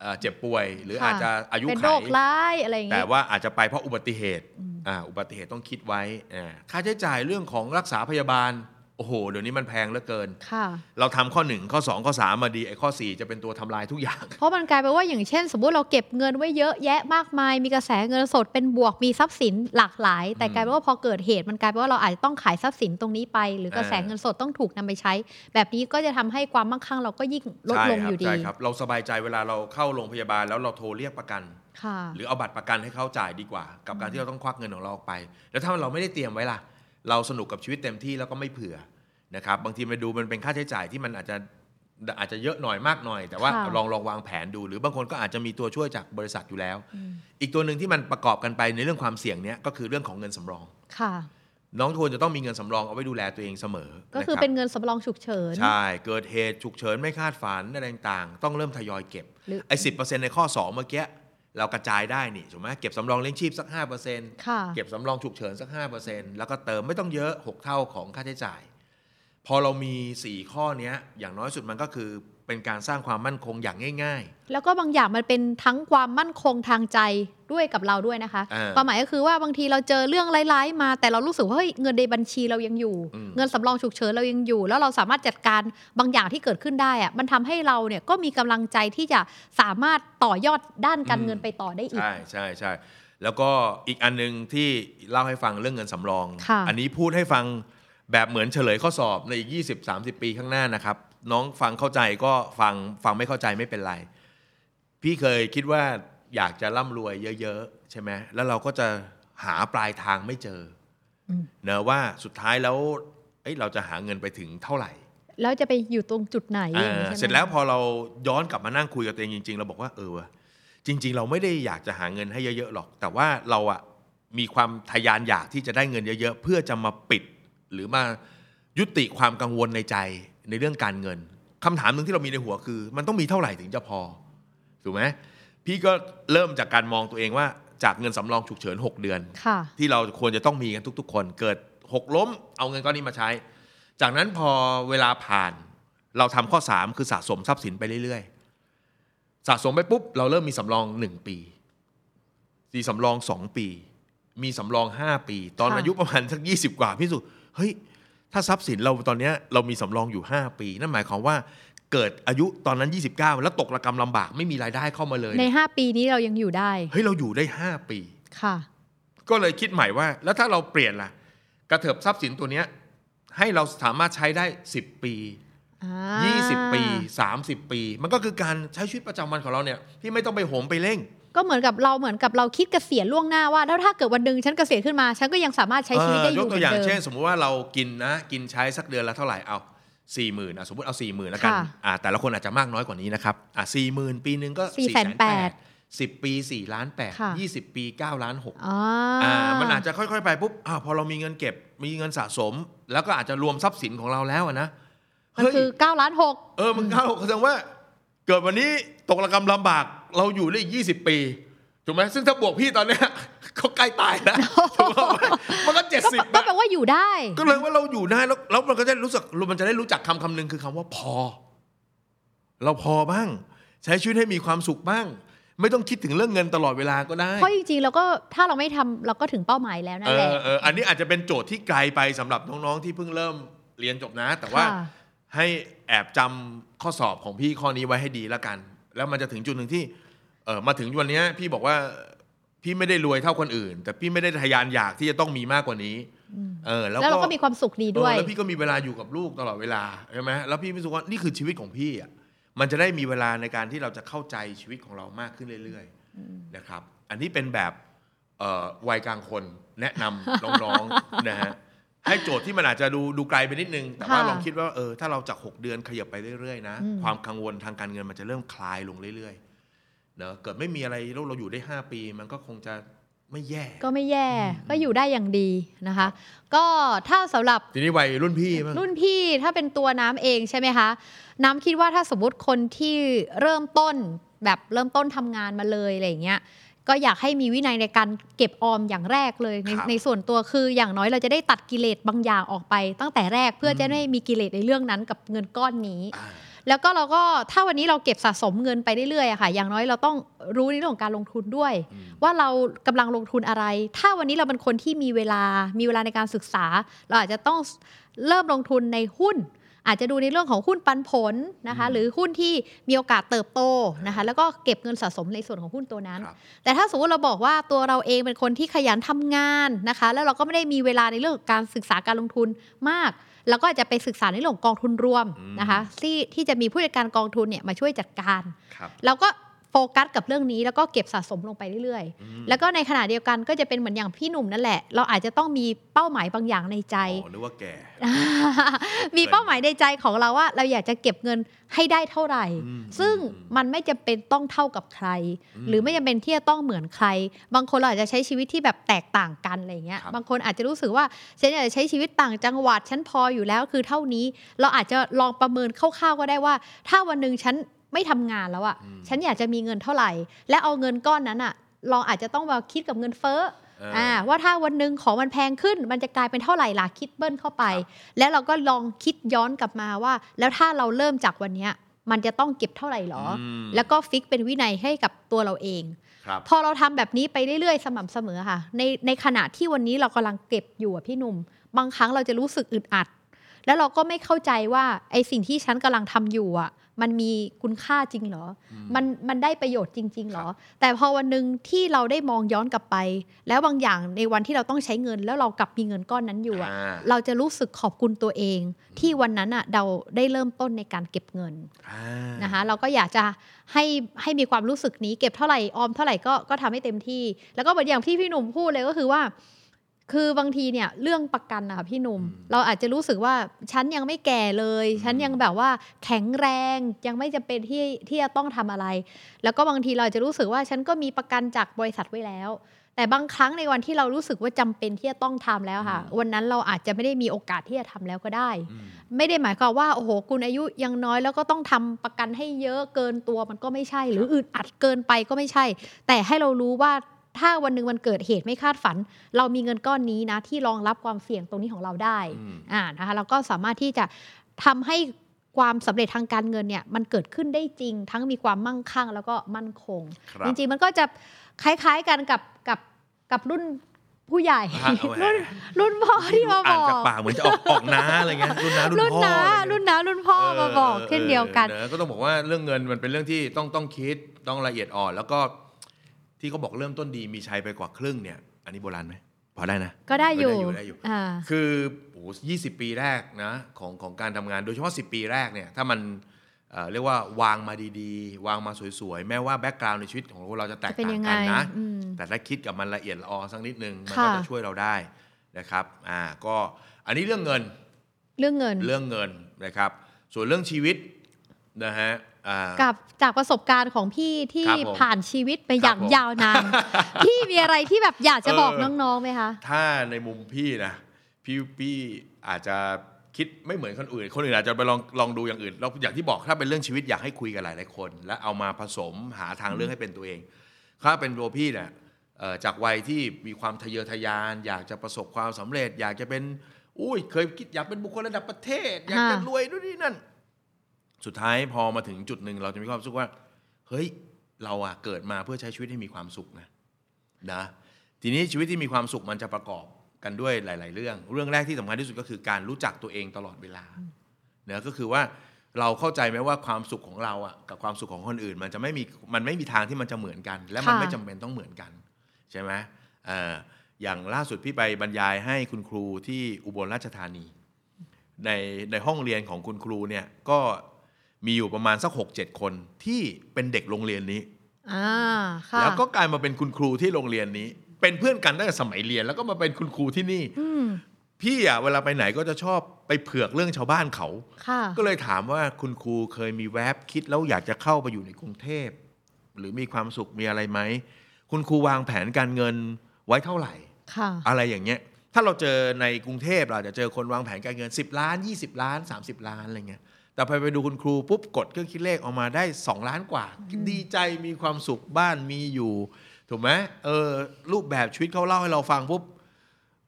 S3: เอ่อเจ็บป่วย หรือ
S2: ค่ะ
S3: อาจจะอายุ
S2: เป็น
S3: ไข
S2: โรคร้ายอะไรอย่าง
S3: แต่
S2: งี้
S3: ว่าอาจจะไปเพราะอุบัติเหตุ
S2: อืม
S3: อ่า อุบัติเหตุต้องคิดไว้อ่าค่าใช้จ่ายเรื่องของรักษาพยาบาล โอ้โห เดี๋ยวนี้มันแพงเหลือเกิน
S2: ค่ะ
S3: เราทำข้อ 1 ข้อ 2 ข้อ 3 มาดี ไอ้ข้อ 4 จะเป็นตัวทำลายทุกอย่าง
S2: เพราะมันกลายเป็นว่าอย่างเช่น สมมติเราเก็บเงินไว้เยอะแยะมากมาย มีกระแสเงินสดเป็นบวกมีทรัพย์สินหลากหลาย แต่
S3: อืม
S2: กลายเป็นว่าพอเกิดเหตุมันกลายเป็นว่าเราอาจจะต้องขายทรัพย์สินตรงนี้ไป หรือกระแส
S3: อ่า
S2: เงินสดต้องถูกนำไปใช้ แบบนี้ก็จะทำให้ความมั่งคั่งเราก็ยิ่งลดลงอ
S3: ใช่ครับ
S2: ยู่ดี
S3: ใช่ครับ เราสบายใจเวลาเราเข้าโรงพยาบาลแล้วเราโทรเรียกประกัน
S2: ค่ะ
S3: หรือเอาบัตรประกันให้เขาจ่ายดีกว่า กับการที่เราต้องควักเงินของเราออกไป แล้วถ้าเราไม่ได้เตรียมไว้ล่ะ เราสนุกกับชีวิตเต็มที่แล้วก็ไม่เผื่อนะครับบางทีมาดูมันเป็นค่าใช้จ่ายที่มันอาจจะ อาจจะเยอะหน่อยมากหน่อย แต่ว่า
S2: ค่ะ
S3: ลองลองวางแผนดู หรือบางคนก็อาจจะมีตัวช่วยจากบริษัทอยู่แล้ว
S2: อืม
S3: อีกตัวหนึ่งที่มันประกอบกันไปในเรื่องความเสี่ยงเนี้ยก็คือเรื่องของเงินสำรอง
S2: ค่ะ
S3: น้องทุกคนจะต้องมีเงินสำรองเอาไว้ดูแลตัวเองเสมอ
S2: ก็คือะ
S3: รับ
S2: เป็นเงินสำรองฉุกเฉิน
S3: ใช่ เกิดเหตุฉุกเฉินไม่คาดฝันอะไรต่างๆ ต้องเริ่มทยอยเก็บ
S2: หรือ
S3: ไอ้สิในข้อ 2 เมื่อกี้ เรากระจายได้นี่ถูกไหมเก็บสำรองเลี้ยงชีพสัก 5%
S2: ค่ะ
S3: เก็บสำรองฉุกเฉินสัก 5%แล้วก็เติมไม่ต้องเยอะ 6 เท่าของค่าใช้จ่าย พอเรามี 4 ข้อเนี้ย อย่างน้อยสุดมันก็คือเป็นการสร้างความมั่นคงอย่างง่าย
S2: แล้วก็บางอย่างมันเป็นทั้งความมั่นคงทางใจด้วยกับเราด้วยนะคะ
S3: อ่า
S2: ความหมายก็คือว่าบางทีเราเจอเรื่องร้ายๆ มาแต่เรารู้สึกว่าเฮ้ยเงินในบัญชีเรายังอยู่
S3: อืม
S2: เงินสำรองฉุกเฉินเรายังอยู่ แล้วเราสามารถจัดการบางอย่างที่เกิดขึ้นได้อะมันทำให้เราเนี่ยก็มีกำลังใจที่จะสามารถต่อยอดด้านการเงินไปต่อได้
S3: ๆ
S2: อีก
S3: ใช่ใช่ใช่แล้วก็อีกอันหนึงที่เล่าให้ฟังเรื่องเงินสำรอง
S2: ค่ะ
S3: อันนี้พูดให้ฟังแบบเหมือนเฉลยข้อสอบในอีก 20-30 ปีข้างหน้านะครับ น้องฟังเข้าใจก็ฟังฟังไม่เข้าใจไม่เป็นไร พี่เคยคิดว่าอยากจะร่ำรวยเยอะ ๆ ใช่ไหมแล้วเราก็จะหาปลายทางไม่เจออ
S2: ม
S3: เนอะว่าสุดท้ายแล้วเอ้ยเราจะหาเงินไปถึงเท่าไหร่
S2: แล้วจะไปอยู่ตรงจุดไหน
S3: อ่า
S2: อย่างนี้ใช่ไหม
S3: เสร็จแล้วพอเราย้อนกลับมานั่งคุยกับตัวเองจริง ๆ เราบอกว่าเออว่ะจริง ๆ เราไม่ได้อยากจะหาเงินให้เยอะ ๆ หรอก แต่ว่าเราอะมีความทะยานอยากที่จะได้เงินเยอะ ๆ เพื่อจะมาปิด หรือมายุติความกังวลในใจในเรื่องการเงินคำถามหนึ่งที่เรามีในหัวคือ มันต้องมีเท่าไหร่ถึงจะพอถูกไหมพี่ก็เริ่มจากการมองตัวเองว่าจากเงินสำรองฉุกเฉิน 6 เดือน
S2: ค่ะ
S3: ที่เราควรจะต้องมีกันทุก ๆ คนเกิดหกล้มเอาเงินก้อนนี้มาใช้ จากนั้นพอเวลาผ่านเราทำข้อ 3 คือสะสมทรัพย์สินไปเรื่อยๆ สะสมไปปุ๊บ เราเริ่มมีสำรอง 1 ปีมีสำรอง 2 ปี มีสำรอง 5 ปี ตอน
S2: ค่ะ
S3: อายุประมาณสัก 20 กว่าพี่สุเฮ้ย ถ้าทรัพย์สินเราตอนเนี้ยเรามีสำรองอยู่ 5 ปี นั่นหมายความว่าเกิดอายุตอนนั้น 29 แล้วตกระกำลำบากไม่มีรายได้เข้ามาเลย
S2: ใน
S3: เนี่ย
S2: 5 ปีนี้เรายังอยู่ได้
S3: เฮ้ยเราอยู่ได้ 5 ปี
S2: ค่ะ
S3: ก็เลยคิดใหม่ว่า แล้วถ้าเราเปลี่ยนล่ะ กระเถิบทรัพย์สินตัวเนี้ยให้เราสามารถใช้ได้ 10 ปี
S2: อ่า
S3: 20 ปี 30 ปี มันก็คือการใช้ชีวิตประจำวันของเราเนี่ยที่ไม่ต้องไปโหมไปเร่ง
S2: ก็เหมือนกับเราเหมือนกับเราคิดเกษียณล่วงหน้าว่าแล้วถ้าเกิดวันหนึ่งฉันเกษียณขึ้นมา ฉันก็ยังสามารถใช้ชีวิตได้อยู่
S3: เยกตัวอย่าง
S2: หมืดิม
S3: เช่น สมมุติว่าเรากินนะกินใช้สักเดือนละเท่าไหร่เอาสี่หมื่นสมมติเอาสี่หมื่นแล้วกัน
S2: ค่ะ
S3: อ่ะแต่ละคนอาจจะมากน้อยกว่านี้นะครับอ่ะสี่หมื่นปีหนึงก็
S2: 480,000
S3: สิบปีสี่ล้านแปด
S2: ค่ะ
S3: ยี่สิบปีเก้าล้านหก
S2: อ่า
S3: อ่ามันอาจจะค่อยๆไปปุ๊บอาวพอเรามีเงินเก็บมีเงินสะสม แล้วก็อาจจะรวมทรัพย์สินของเราแล้วอะนะ
S2: มัน
S3: เฮ้ย
S2: คือ9ล้านหก
S3: เออมันเข้าแสดงว่า เกิดวันนี้ตกระกำลำบากเราอยู่ได้ยี่สิบปีถูกไหมซึ่งถ้าบวกพี่ตอนเนี้ย ก็ใกล้ตาย แล้วถูกไหมมันก็เจ็ดสิบ
S2: ก็แปลว่าอยู่ได้
S3: ก็เลยว่าเราอยู่ได้แล้วแล้วมันก็จะรู้สึกมันจะได้รู้จักคำคำหนึ่งคือคำว่าพอ เราพอบ้าง ใช้ชีวิตให้มีความสุขบ้าง ไม่ต้องคิดถึงเรื่องเงินตลอดเวลาก็ได้
S2: เพราะจริงๆเราก็ถ้าเราไม่ทำเราก็ถึงเป้าหมายแล้วนั่
S3: เอน
S2: แหละ
S3: อเอออันนี้อาจจะเป็นโจทย์ที่ไกลไปสำหรับน้องๆที่เพิ่งเริ่มเรียนจบนะ แต่ว่า
S2: ค่ะ
S3: ให้แอบจำข้อสอบของพี่ข้อนี้ไว้ให้ดีแล้วกัน แล้วมันจะถึงจุดหนึ่งที่เออมาถึงวันเนี้ยพี่บอกว่าพี่ไม่ได้รวยเท่าคนอื่น แต่พี่ไม่ได้ทะยานอยากที่จะต้องมีมากกว่านี้เออแล้ว
S2: แล้วเราก็
S3: ก็
S2: มีความสุขดีด้วย
S3: เออแล้วพี่ก็มีเวลาอยู่กับลูกตลอดเวลาใช่ไหมแล้วพี่รู้สึกว่านี่คือชีวิตของพี่อ่ะมันจะได้มีเวลาในการที่เราจะเข้าใจชีวิตของเรามากขึ้นเรื่อย ๆ นะครับอันนี้เป็นแบบเอ่อวัยกลางคนแนะนำ น้องๆนะฮะให้โจทย์ที่มันอาจจะดูดูไกลไปนิดนึง แต่ว่า
S2: ค่ะ
S3: ลองคิดว่าเออถ้าเราจาก 6 เดือนขยับไปเรื่อยๆนะ
S2: อืม
S3: ความกังวลทางการเงินมันจะเริ่มคลายลงเรื่อยๆเนอะเกิดไม่มีอะไรแล้วเราอยู่ได้ 5 ปี มันก็คงจะไม่แย่
S2: ก็ไม่แย่
S3: อืม
S2: ก็อยู่ได้อย่างดีนะคะ ก็ถ้าสำหรับ
S3: ทีนี้วัยรุ่นพี่มั้าง
S2: รุ่นพี่ถ้าเป็นตัวน้ำเองใช่ไหมคะ น้ำคิดว่าถ้าสมมติคนที่เริ่มต้นแบบเริ่มต้นทำงานมาเลยอะไรอย่างเงี้ยก็อยากให้มีวินัยในการเก็บออมอย่างแรกเลยในในส่วนตัวคืออย่างน้อยเราจะได้ตัดกิเลสบางอย่างออกไป ตั้งแต่แรกเพื่อจะไม่มีกิเลสในเรื่องนั้นกับเงินก้อนนี้
S3: อ่า
S2: แล้วก็เราก็ถ้าวันนี้เราเก็บสะสมเงินไปเรื่อยๆอะค่ะ อย่างน้อยเราต้องรู้ในเรื่องของการลงทุนด้วย
S3: อืม
S2: ว่าเรากำลังลงทุนอะไร ถ้าวันนี้เราเป็นคนที่มีเวลามีเวลาในการศึกษา เราอาจจะต้องเริ่มลงทุนในหุ้น อาจจะดูในเรื่องของหุ้นปันผลนะคะ หรือหุ้นที่มีโอกาสเติบโตนะคะ แล้วก็เก็บเงินสะสมในส่วนของหุ้นตัวนั้น
S3: ครับ
S2: แต่ถ้าสมมติเราบอกว่าตัวเราเองเป็นคนที่ขยันทำงานนะคะ แล้วเราก็ไม่ได้มีเวลาในเรื่องของการศึกษาการลงทุนมาก แล้วก็อาจจะไปศึกษาในเรื่องของกองทุนรวม
S3: อืม
S2: นะคะที่ที่จะมีผู้จัดการกองทุนเนี่ยมาช่วยจัดการ
S3: ครับ
S2: เราก็ โฟกัสกับเรื่องนี้แล้วก็เก็บสะสมลงไปเรื่อย
S3: อืม
S2: ๆ แล้วก็ในขณะเดียวกันก็จะเป็นเหมือนอย่างพี่หนุ่มนั่นแหละ เราอาจจะต้องมีเป้าหมายบางอย่างในใจ
S3: อ๋อนึกว่าแก่
S2: มีเป้าหมายในใจของเราว่า เราอยากจะเก็บเงินให้ได้เท่าไหร่
S3: อืม
S2: ซึ่ง
S3: อืม
S2: มันไม่จำเป็นต้องเท่ากับใคร
S3: อืม
S2: หรือไม่จำเป็นที่จะต้องเหมือนใคร บางคนเราอาจจะใช้ชีวิตที่แบบแตกต่างกันอะไรเงี้ย
S3: ครับ
S2: บางคนอาจจะรู้สึกว่าฉันอยากจะใช้ชีวิตต่างจังหวัดฉันพออยู่แล้วคือเท่านี้ เราอาจจะลองประเมินคร่าวๆก็ได้ว่า ถ้าวันหนึ่งฉันไม่ทำงานแล้วอะฉันอยากจะมีเงินเท่าไหร่ และเอาเงินก้อนนั้นอะลองอาจจะต้องมาคิดกับเงินเฟ้อ
S3: เอออ
S2: อ่าว่าถ้าวันหนึ่งของมันแพงขึ้น มันจะกลายเป็นเท่าไหร่ล่ะคิดเบิ้ลเข้าไป แล้วเราก็ลองคิดย้อนกลับมาว่า แล้วถ้าเราเริ่มจากวันเนี้ยมันจะต้องเก็บเท่าไหร่หรออ
S3: ม
S2: แล้วก็ฟิกเป็นวินัยให้กับตัวเราเอง
S3: ครับ
S2: พอเราทำแบบนี้ไปเรื่อยๆ สม่ำเสมอค่ะ ในในขณะที่วันนี้เรากำลังเก็บอยู่อะพี่หนุ่ม บางครั้งเราจะรู้สึกอึดอัด แล้วเราก็ไม่เข้าใจว่าไอสิ่งที่ฉันกำลังทำอยู่อ่ะ มันมีคุณค่าจริงเหรอ มันมันได้ประโยชน์จริง ๆ เหรอ แต่พอวันหนึ่งที่เราได้มองย้อนกลับไป แล้วบางอย่างในวันที่เราต้องใช้เงิน แล้วเรากลับมีเงินก้อนนั้นอยู่อะ
S3: อ่า
S2: เราจะรู้สึกขอบคุณตัวเอง ที่วันนั้นอ่ะเราได้เริ่มต้นในการเก็บเงิน
S3: อ่า
S2: นะคะเราก็อยากจะให้ให้มีความรู้สึกนี้เก็บเท่าไหร่ออมเท่าไหร่ก็ก็ทำให้เต็มที่ แล้วก็เหมือนอย่างที่พี่หนุ่มพูดเลยก็คือว่า คือบางทีเนี่ยเรื่องประกันนะคะพี่หนุ่ม เราอาจจะรู้สึกว่าฉันยังไม่แก่เลย ฉันยังแบบว่าแข็งแรงยังไม่จำเป็นที่ที่จะต้องทำอะไร แล้วก็บางทีเราอาจจะรู้สึกว่าฉันก็มีประกันจากบริษัทไว้แล้ว แต่บางครั้งในวันที่เรารู้สึกว่าจำเป็นที่จะต้องทำแล้วค่ะ วันนั้นเราอาจจะไม่ได้มีโอกาสที่จะทำแล้วก็ได้
S3: อืม
S2: ไม่ได้หมายความว่าโอ้โหคุณอายุยังน้อยแล้วก็ต้องทำประกันให้เยอะเกินตัวมันก็ไม่ใช่ หรืออึดอัดเกินไปก็ไม่ใช่ แต่ให้เรารู้ว่าถ้าวันหนึ่งมันเกิดเหตุไม่คาดฝัน เรามีเงินก้อนนี้นะ ที่รองรับความเสี่ยงตรงนี้ของเราได้
S3: อืม
S2: อ่านะคะเราก็สามารถที่จะทำให้ความสำเร็จทางการเงินเนี่ยมันเกิดขึ้นได้จริง ทั้งมีความมั่งคั่งแล้วก็มั่นคง
S3: ครับ
S2: จริงๆ มันก็จะคล้ายๆกันกับกับกับรุ่นผู้ใหญ่
S3: อ่ะเอาแหละ
S2: รุ่นรุ่นพ่อที่มาบ
S3: อ่า
S2: อ
S3: น
S2: ก
S3: จากปากเหมือนจะออก ออกน้าอะไรเงี้ยรุ่นน้ารุ่
S2: รุ่
S3: น
S2: น
S3: พ่อ
S2: น้า
S3: อะไรเงี้ย
S2: รุ่นน้ารุ่นพ่อมาบอกเช่นเดียวกัน
S3: ออก็ต้องบอกว่าเรื่องเงินมันเป็นเรื่องที่ต้องต้องคิดต้องละเอียดอ่อน แล้วก็ที่เขาบอกเริ่มต้นดีมีชัยไปกว่าครึ่งเนี่ย อันนี้โบราณไหมพอได้นะ
S2: ก็ได้อยู่
S3: ได้อยู่
S2: อ่า
S3: คือโอ้ยี่สิปีแรกนะของของการทำงานโดยเฉพาะ 10 ปีแรกเนี่ยถ้ามันเอ่อเรียกว่าวางมาดีๆ วางมาสวยๆ แม้ว่าแบ็กกราวน์ในชีวิตของเราจะแตก
S2: จะเป็น
S3: ต่า
S2: ยัง งไง
S3: กันนะ
S2: อืม
S3: แต่ถ้าคิดกับมันละเอียดละออสักนิดนึง มัน
S2: ค่ะ
S3: ก็จะช่วยเราได้นะครับอ่าก็อันนี้เรื่องเงิน
S2: เรื่องเงิน
S3: เรื่องเงินนะครับ ส่วนเรื่องชีวิตนะฮะอ่า
S2: กับจากประสบการณ์ของพี่ที่
S3: ครับผม
S2: ผ่านชีวิตไปอย่าง
S3: ครับผม
S2: ยาวนาน พี่มีอะไรที่แบบอยากจะบอก
S3: เออ
S2: น้องๆไหมคะ
S3: ถ้าในมุมพี่นะพี่พี่อาจจะคิดไม่เหมือนคนอื่น คนอื่นอาจจะไปลองลองดูอย่างอื่นแล้วอย่างที่บอกถ้าเป็นเรื่องชีวิตอยากให้คุยกับหลายๆคน และเอามาผสมหาทางเลือกให้เป็นตัวเอง ถ้าเป็นตัวพี่เนี่ยเอ่อจากวัยที่มีความทะเยอทะยาน อยากจะประสบความสำเร็จ อยากจะเป็นอุ้ยเคยคิดอยากเป็นบุคคลระดับประเทศ อยากจะ
S2: ค่ะ
S3: รวยนู่นนี่นั่น สุดท้ายพอมาถึงจุดหนึ่งเราจะมีความรู้สึกว่า เฮ้ยเราอะเกิดมาเพื่อใช้ชีวิตให้มีความสุขนะนะ ทีนี้ชีวิตที่มีความสุขมันจะประกอบกันด้วยหลาย ๆ เรื่อง เรื่องแรกที่สำคัญที่สุดก็คือการรู้จักตัวเองตลอดเวลาเนอะก็คือว่าเราเข้าใจไหมว่าความสุขของเราอะกับความสุขของคนอื่น มันจะไม่มีมันไม่มีทางที่มันจะเหมือนกัน และมัน
S2: ค่ะ
S3: ไม่จำเป็นต้องเหมือนกันใช่ไหมเอ่ออย่างล่าสุดพี่ไปบรรยายให้คุณครูที่อุบลราชธานี ในในห้องเรียนของคุณครูเนี่ยก็มีอยู่ประมาณสักหกเจ็ดคนที่เป็นเด็กโรงเรียนนี้
S2: อ่าค่ะ
S3: แล้วก็กลายมาเป็นคุณครูที่โรงเรียนนี้ เป็นเพื่อนกันตั้งแต่สมัยเรียน แล้วก็มาเป็นคุณครูที่นี่
S2: อืม
S3: พี่อ่ะเวลาไปไหนก็จะชอบไปเผือกเรื่องชาวบ้านเขา
S2: ค่ะ
S3: ก็เลยถามว่าคุณครูเคยมีแวบคิดแล้วอยากจะเข้าไปอยู่ในกรุงเทพ หรือมีความสุขมีอะไรไหมคุณครูวางแผนการเงินไว้เท่าไหร่
S2: ค่ะ
S3: อะไรอย่างเงี้ย ถ้าเราเจอในกรุงเทพเราอาจจะเจอคนวางแผนการเงิน 10 ล้าน 20 ล้าน 30 ล้านอะไรเงี้ย แต่พอไปดูคุณครูปุ๊บกดเครื่องคิดเลขออกมาได้ 2 ล้านกว่า ดีใจมีความสุขบ้านมีอยู่ ถูกไหมเออรูปแบบชีวิตเขาเล่าให้เราฟังปุ๊บ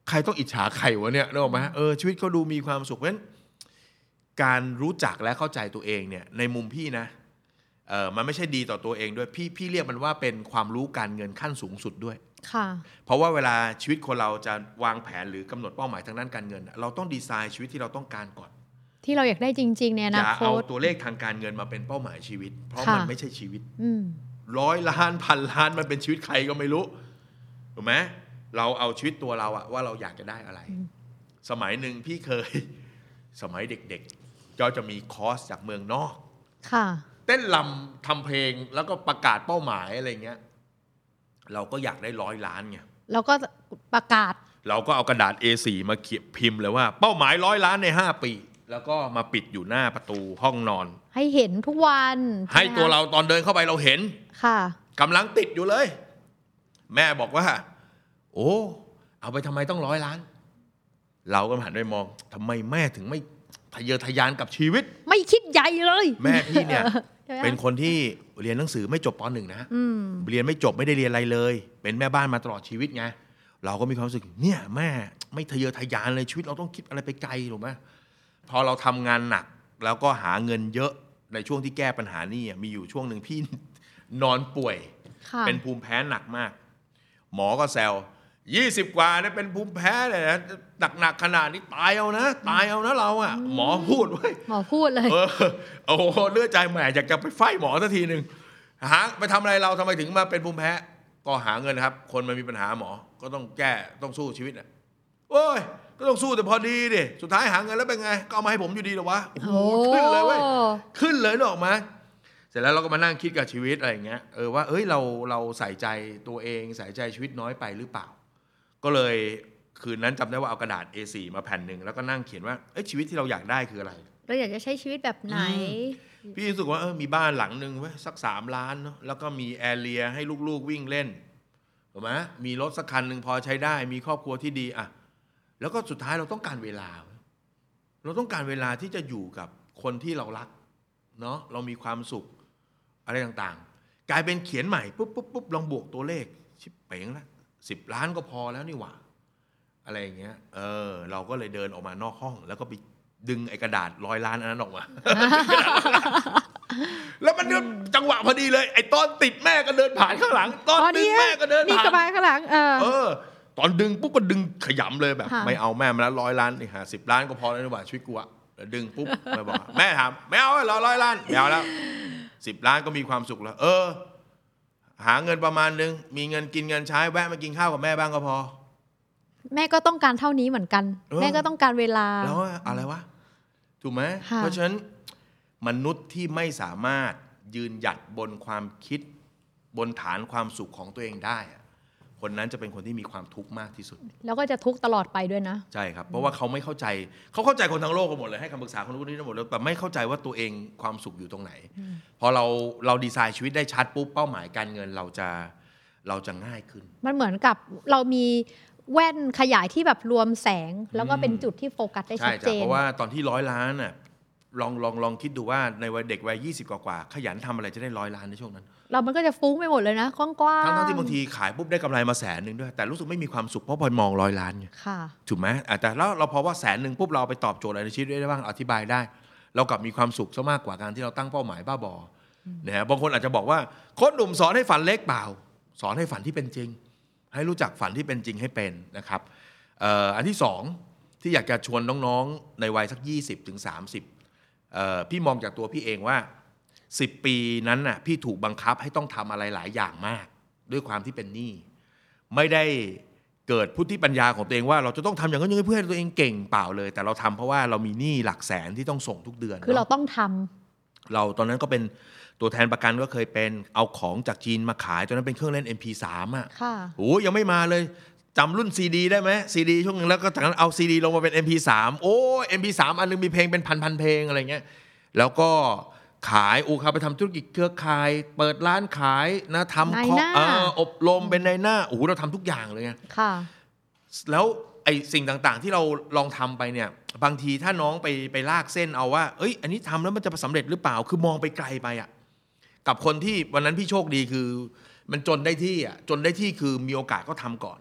S3: ใครต้องอิจฉาใครวะเนี่ยนึกออกไหมเออชีวิตเขาดูมีความสุขเพราะฉะนั้น การรู้จักและเข้าใจตัวเองเนี่ยในมุมพี่นะเออมันไม่ใช่ดีต่อตัวเองด้วยพี่พี่เรียกมันว่าเป็นความรู้การเงินขั้นสูงสุดด้วย
S2: ค่ะ
S3: เพราะว่าเวลาชีวิตคนเราจะวางแผนหรือกำหนดเป้าหมายทางด้านการเงินน่ะเราต้องดีไซน์ชีวิตที่เราต้องการก่อน
S2: ที่เราอยากได้จริง ๆ ในอ
S3: อ
S2: นา
S3: ย่า
S2: ค
S3: เอา
S2: ต
S3: ตัวเลขทางการเงินมาเป็นเป้าหมายชีวิต เพราะ
S2: ค่ะ
S3: มันไม่ใช่ชีวิต
S2: อืม
S3: ร้อยล้านพันล้านมันเป็นชีวิตใครก็ไม่รู้ถูกไหมเราเอาชีวิตตัวเราอะว่าเราอยากจะได้อะไร สมัย หนึ่งพี่เคย สมัยเด็กๆก็จะมีคอร์สจากเมืองนอก
S2: ค่ะ
S3: ต้นลำทำเพลงแล้วก็ประกาศเป้าหมายอะไรเงี้ย เราก็อยากได้ร้อยล้านไง
S2: แล้วก็ประกาศ
S3: เราก็เอากระดาษ A4 มาเขียนพิมพ์เลยว่าเป้าหมายร้อยล้านใน 5 ปี แล้วก็มาปิดอยู่หน้าประตูห้องนอน
S2: ให้เห็นทุกวัน
S3: ให้
S2: ช่ไมคะ
S3: ตัวเราตอนเดินเข้าไปเราเห็น
S2: ค่ะ
S3: กำลังติดอยู่เลย แม่บอกว่า โอ้เอาไปทำไมต้องร้อยล้าน เราก็หันไปมองทำไมแม่ถึงไม่ทะเยอทะยานกับชีวิต
S2: ไม่คิดใหญ่เลย
S3: แม่พี่เนี่ย
S2: ใช่ไหมคะ
S3: เป็นคนที่เรียนหนังสือไม่จบปหนึ่งนะ
S2: อืม
S3: เรียนไม่จบไม่ได้เรียนอะไรเลย เป็นแม่บ้านมาตลอดชีวิตไงเราก็มีความรู้สึกเนี่ยแม่ไม่ทะเยอทะยานเลยชีวิตเราต้องคิดอะไรไปไกลหรอกไหมพอเราทำงานหนัก แล้วก็หาเงินเยอะในช่วงที่แก้ปัญหานี่อะมีอยู่ช่วงหนึ่งพี่ นอนป่วย
S2: ค่ะ
S3: เป็นภูมิแพ้หนักมาก หมอก็แซว20 กว่าเนี่ยเป็นภูมิแพ้เลยนะหนักๆขนาดนี้ตายเอานะ ตายเอานะเราอะหมอพูดไว้ย
S2: หมอพูดเลย
S3: เออโอ้โหเลือดใจแหมอยากจะไปไฟหมอสักทีหนึ่งหาไปทำอะไรเราทำไมถึงมาเป็นภูมิแพ้ ก็หาเงินนะครับ คนมันมีปัญหาหมอ ก็ต้องแก้ต้องสู้ชีวิตอ่ะโอ้ย ก็ต้องสู้แต่พอดีดิสุดท้ายหาเงินแล้วเป็นไง ก็เอามาให้ผมอยู่ดีเหรอวะโอ้โหขึ้นเลยเว้ย ขึ้นเลยหรอออกมา เสร็จแล้วเราก็มานั่งคิดกับชีวิตอะไรอย่างเงี้ย เออว่า เอ้ย เรา เราใส่ใจตัวเอง ใส่ใจชีวิตน้อยไปหรือเปล่า ก็เลยคืนนั้นจำได้ว่าเอากระดาษ A4 มาแผ่นหนึ่งแล้วก็นั่งเขียนว่า เอ้ย ชีวิตที่เราอยากได้คืออะไร
S2: เราอยากจะใช้ชีวิตแบบไหน
S3: พี่รู้สึกว่าเออมีบ้านหลังหนึ่งไว้ยสักสามล้านเนาะแล้วก็มีแอร์เรียให้ลูกๆวิ่งเล่นถูกไหมมีรถสักคันหนึ่งพอใช้ได้ มีครอบครัวที่ดีอ่ะแล้วก็สุดท้ายเราต้องการเวลา เราต้องการเวลาที่จะอยู่กับคนที่เรารักเนาะเรามีความสุขอะไรต่างๆ กลายเป็นเขียนใหม่ปุ๊บปุ๊บปุ๊บลองบวกตัวเลข ชิบเป๋งละสิบล้านก็พอแล้วนี่หว่า อะไรอย่างเงี้ย เออ เราก็เลยเดินออกมานอกห้อง แล้วก็ไปดึงไอ้กระดาษร้อยล้านอันนั้นออกมา แล้วมันเดินจังหวะพอดีเลย ไอ้ตอนติดแม่ก็เดินผ่านข้างหลัง ตอน
S2: อ๋อ
S3: ดึง
S2: เนี่ย
S3: แม่ก็เดิน
S2: นี่
S3: ผ่าก
S2: ระ
S3: น
S2: บายข้างหลังเออ
S3: เออ ตอนดึงปุ๊บก็ดึงขยำเลยแบบ
S2: ค่ะ
S3: ไม่เอาแม่มาแล้วร้อยล้านนี่หาสิบล้านก็พอแล้วนี่หว่าชีวิตกูอะแล้วดึงปุ๊บ แม่บอก แม่ถามไม่เอาเหรอร้อยล้านไม่เอาแล้วสิบล้านก็มีความสุขแล้ว เออ หาเงินประมาณนึง มีเงินกินเงินใช้แวะมากินข้าวกับแม่บ้างก็พอ
S2: แม่ก็ต้องการเท่านี้เหมือนกัน
S3: เออ
S2: แม่ก็ต้องการเวลา
S3: แล้วว่าอะไรวะ ถูกไหม
S2: ค่ะ
S3: เพราะฉะนั้นมนุษย์ที่ไม่สามารถยืนหยัดบนความคิด บนฐานความสุขของตัวเองได้อะคนนั้นจะเป็นคนที่มีความทุกข์มากที่สุด
S2: แล้วก็จะทุกข์ตลอดไปด้วยนะ
S3: ใช่ครับ เพราะว่าเขาไม่เข้าใจเขาเข้าใจคนทั้งโลกกันหมดเลยให้คำปรึกษาคนนู้นคนนี้ทั้งหมดเลยแต่ไม่เข้าใจว่าตัวเองความสุขอยู่ตรงไหน พอเราเราดีไซน์ชีวิตได้ชัดปุ๊บเป้าหมายการเงินเราจะเราจะง่ายขึ้น
S2: มันเหมือนกับเรามีแว่นขยายที่แบบรวมแสง แล้วก็เป็น
S3: อืม
S2: จุดที่โฟกัสได้
S3: ใช่
S2: ชัดเจน
S3: จ้ะเพราะว่าตอนที่ร้อยล้านน่ะลองลองลองคิดดูว่าในวัยเด็กวัยยี่สิบกว่าๆขยันทำอะไรจะได้ร้อยล้านในช่วงนั้น
S2: เรามันก็จะฟุ้งไปหมดเลยนะกว้างๆ
S3: ทั้งทั้งที่บางทีขายปุ๊บได้กำไรมาแสนหนึ่งด้วย แต่รู้สึกไม่มีความสุขเพราะพอมองร้อยล้านไง
S2: ค่ะ
S3: ถูกไหมอ่ะแต่แล้วเราพอว่าแสนหนึ่งปุ๊บเราเอาไปตอบโจทย์อะไรในชีวิตได้บ้างอธิบายได้ เรากลับมีความสุขซะมากกว่าการที่เราตั้งเป้าหมายบ้าบออนะฮะบางคนอาจจะบอกว่าโค้ชหนุ่มสอนให้ฝันเล็กเปล่า สอนให้ฝันที่เป็นจริง ให้รู้จักฝันที่เป็นจริงให้เป็นนะครับเอ่ออันที่สองที่อยากจะชวนน้องๆในวัยสัก 20-30ถึง30เอ่อพี่มองจากตัวพี่เองว่า 10 ปีนั้นน่ะพี่ถูกบังคับให้ต้องทำอะไรหลายอย่างมาก ด้วยความที่เป็นหนี้ไม่ได้เกิดพุทธิปัญญาของตัวเองว่าเราจะต้องทำอย่างนั้นอย่างนี้เพื่อให้ตัวเองเก่งเปล่าเลย แต่เราทำเพราะว่าเรามีหนี้หลักแสนที่ต้องส่งทุกเดือน
S2: คือเรา
S3: เนาะ
S2: ต้องทำ
S3: เราตอนนั้นก็เป็นตัวแทนประกันก็เคยเป็นเอาของจากจีนมาขายตอนนั้นเป็นเครื่องเล่น MP3 อ่ะ
S2: ค่ะ
S3: โอ้ยังไม่มาเลยจำรุ่นซีดีได้ไหมซีดีช่วงนึงแล้วก็จากนั้นเอาซีดีลงมาเป็น MP3 โอ้ MP3 อันนึงมีเพลงเป็นพันพันๆเพลงอะไรเงี้ยแล้วก็ขายอูคาไปทำธุรกิจเครือข่าย เปิดร้านขายนะทำ
S2: นายหน้า
S3: เอออบรมเป็นในายหน้าโอ้โหเราทำทุกอย่างเลยไง
S2: ค่ะ
S3: แล้วไอ้สิ่งต่างๆที่เราลองทำไปเนี่ย บางทีถ้าน้องไปไปลากเส้นเอาว่า เอ้ย อันนี้ทำแล้วมันจะสำเร็จหรือเปล่า คือมองไปไกลไปอะ่ะ กับคนที่วันนั้นพี่โชคดีคือ มันจนได้ที่อะ่ะ จนได้ที่คือมีโอกาสก็ทำก่อน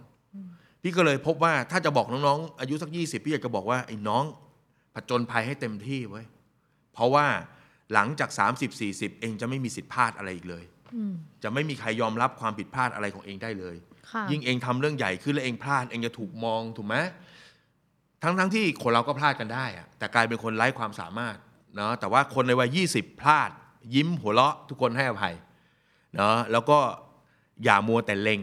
S3: พี่ก็เลยพบว่าถ้าจะบอกน้องๆ อายุสัก 20 พี่อยากจะบอกว่า ไอ้น้องผจญภัยให้เต็มที่เว้ย เพราะว่าหลังจาก 30-40 เองจะไม่มีสิทธิ์พลาดอะไรอีกเลย
S2: อืม
S3: จะไม่มีใครยอมรับความผิดพลาดอะไรของเองได้เลย
S2: ค่ะ
S3: ยิ่งเองทำเรื่องใหญ่ขึ้นแล้วเองพลาดเองจะถูกมองถูกไหมทั้งทั้งที่คนเราก็พลาดกันได้อะแต่กลายเป็นคนไร้ความสามารถเนาะแต่ว่าคนในวัย20 พลาด ยิ้มหัวเราะทุกคนให้อภัยเนาะแล้วก็อย่ามัวแต่เล็ง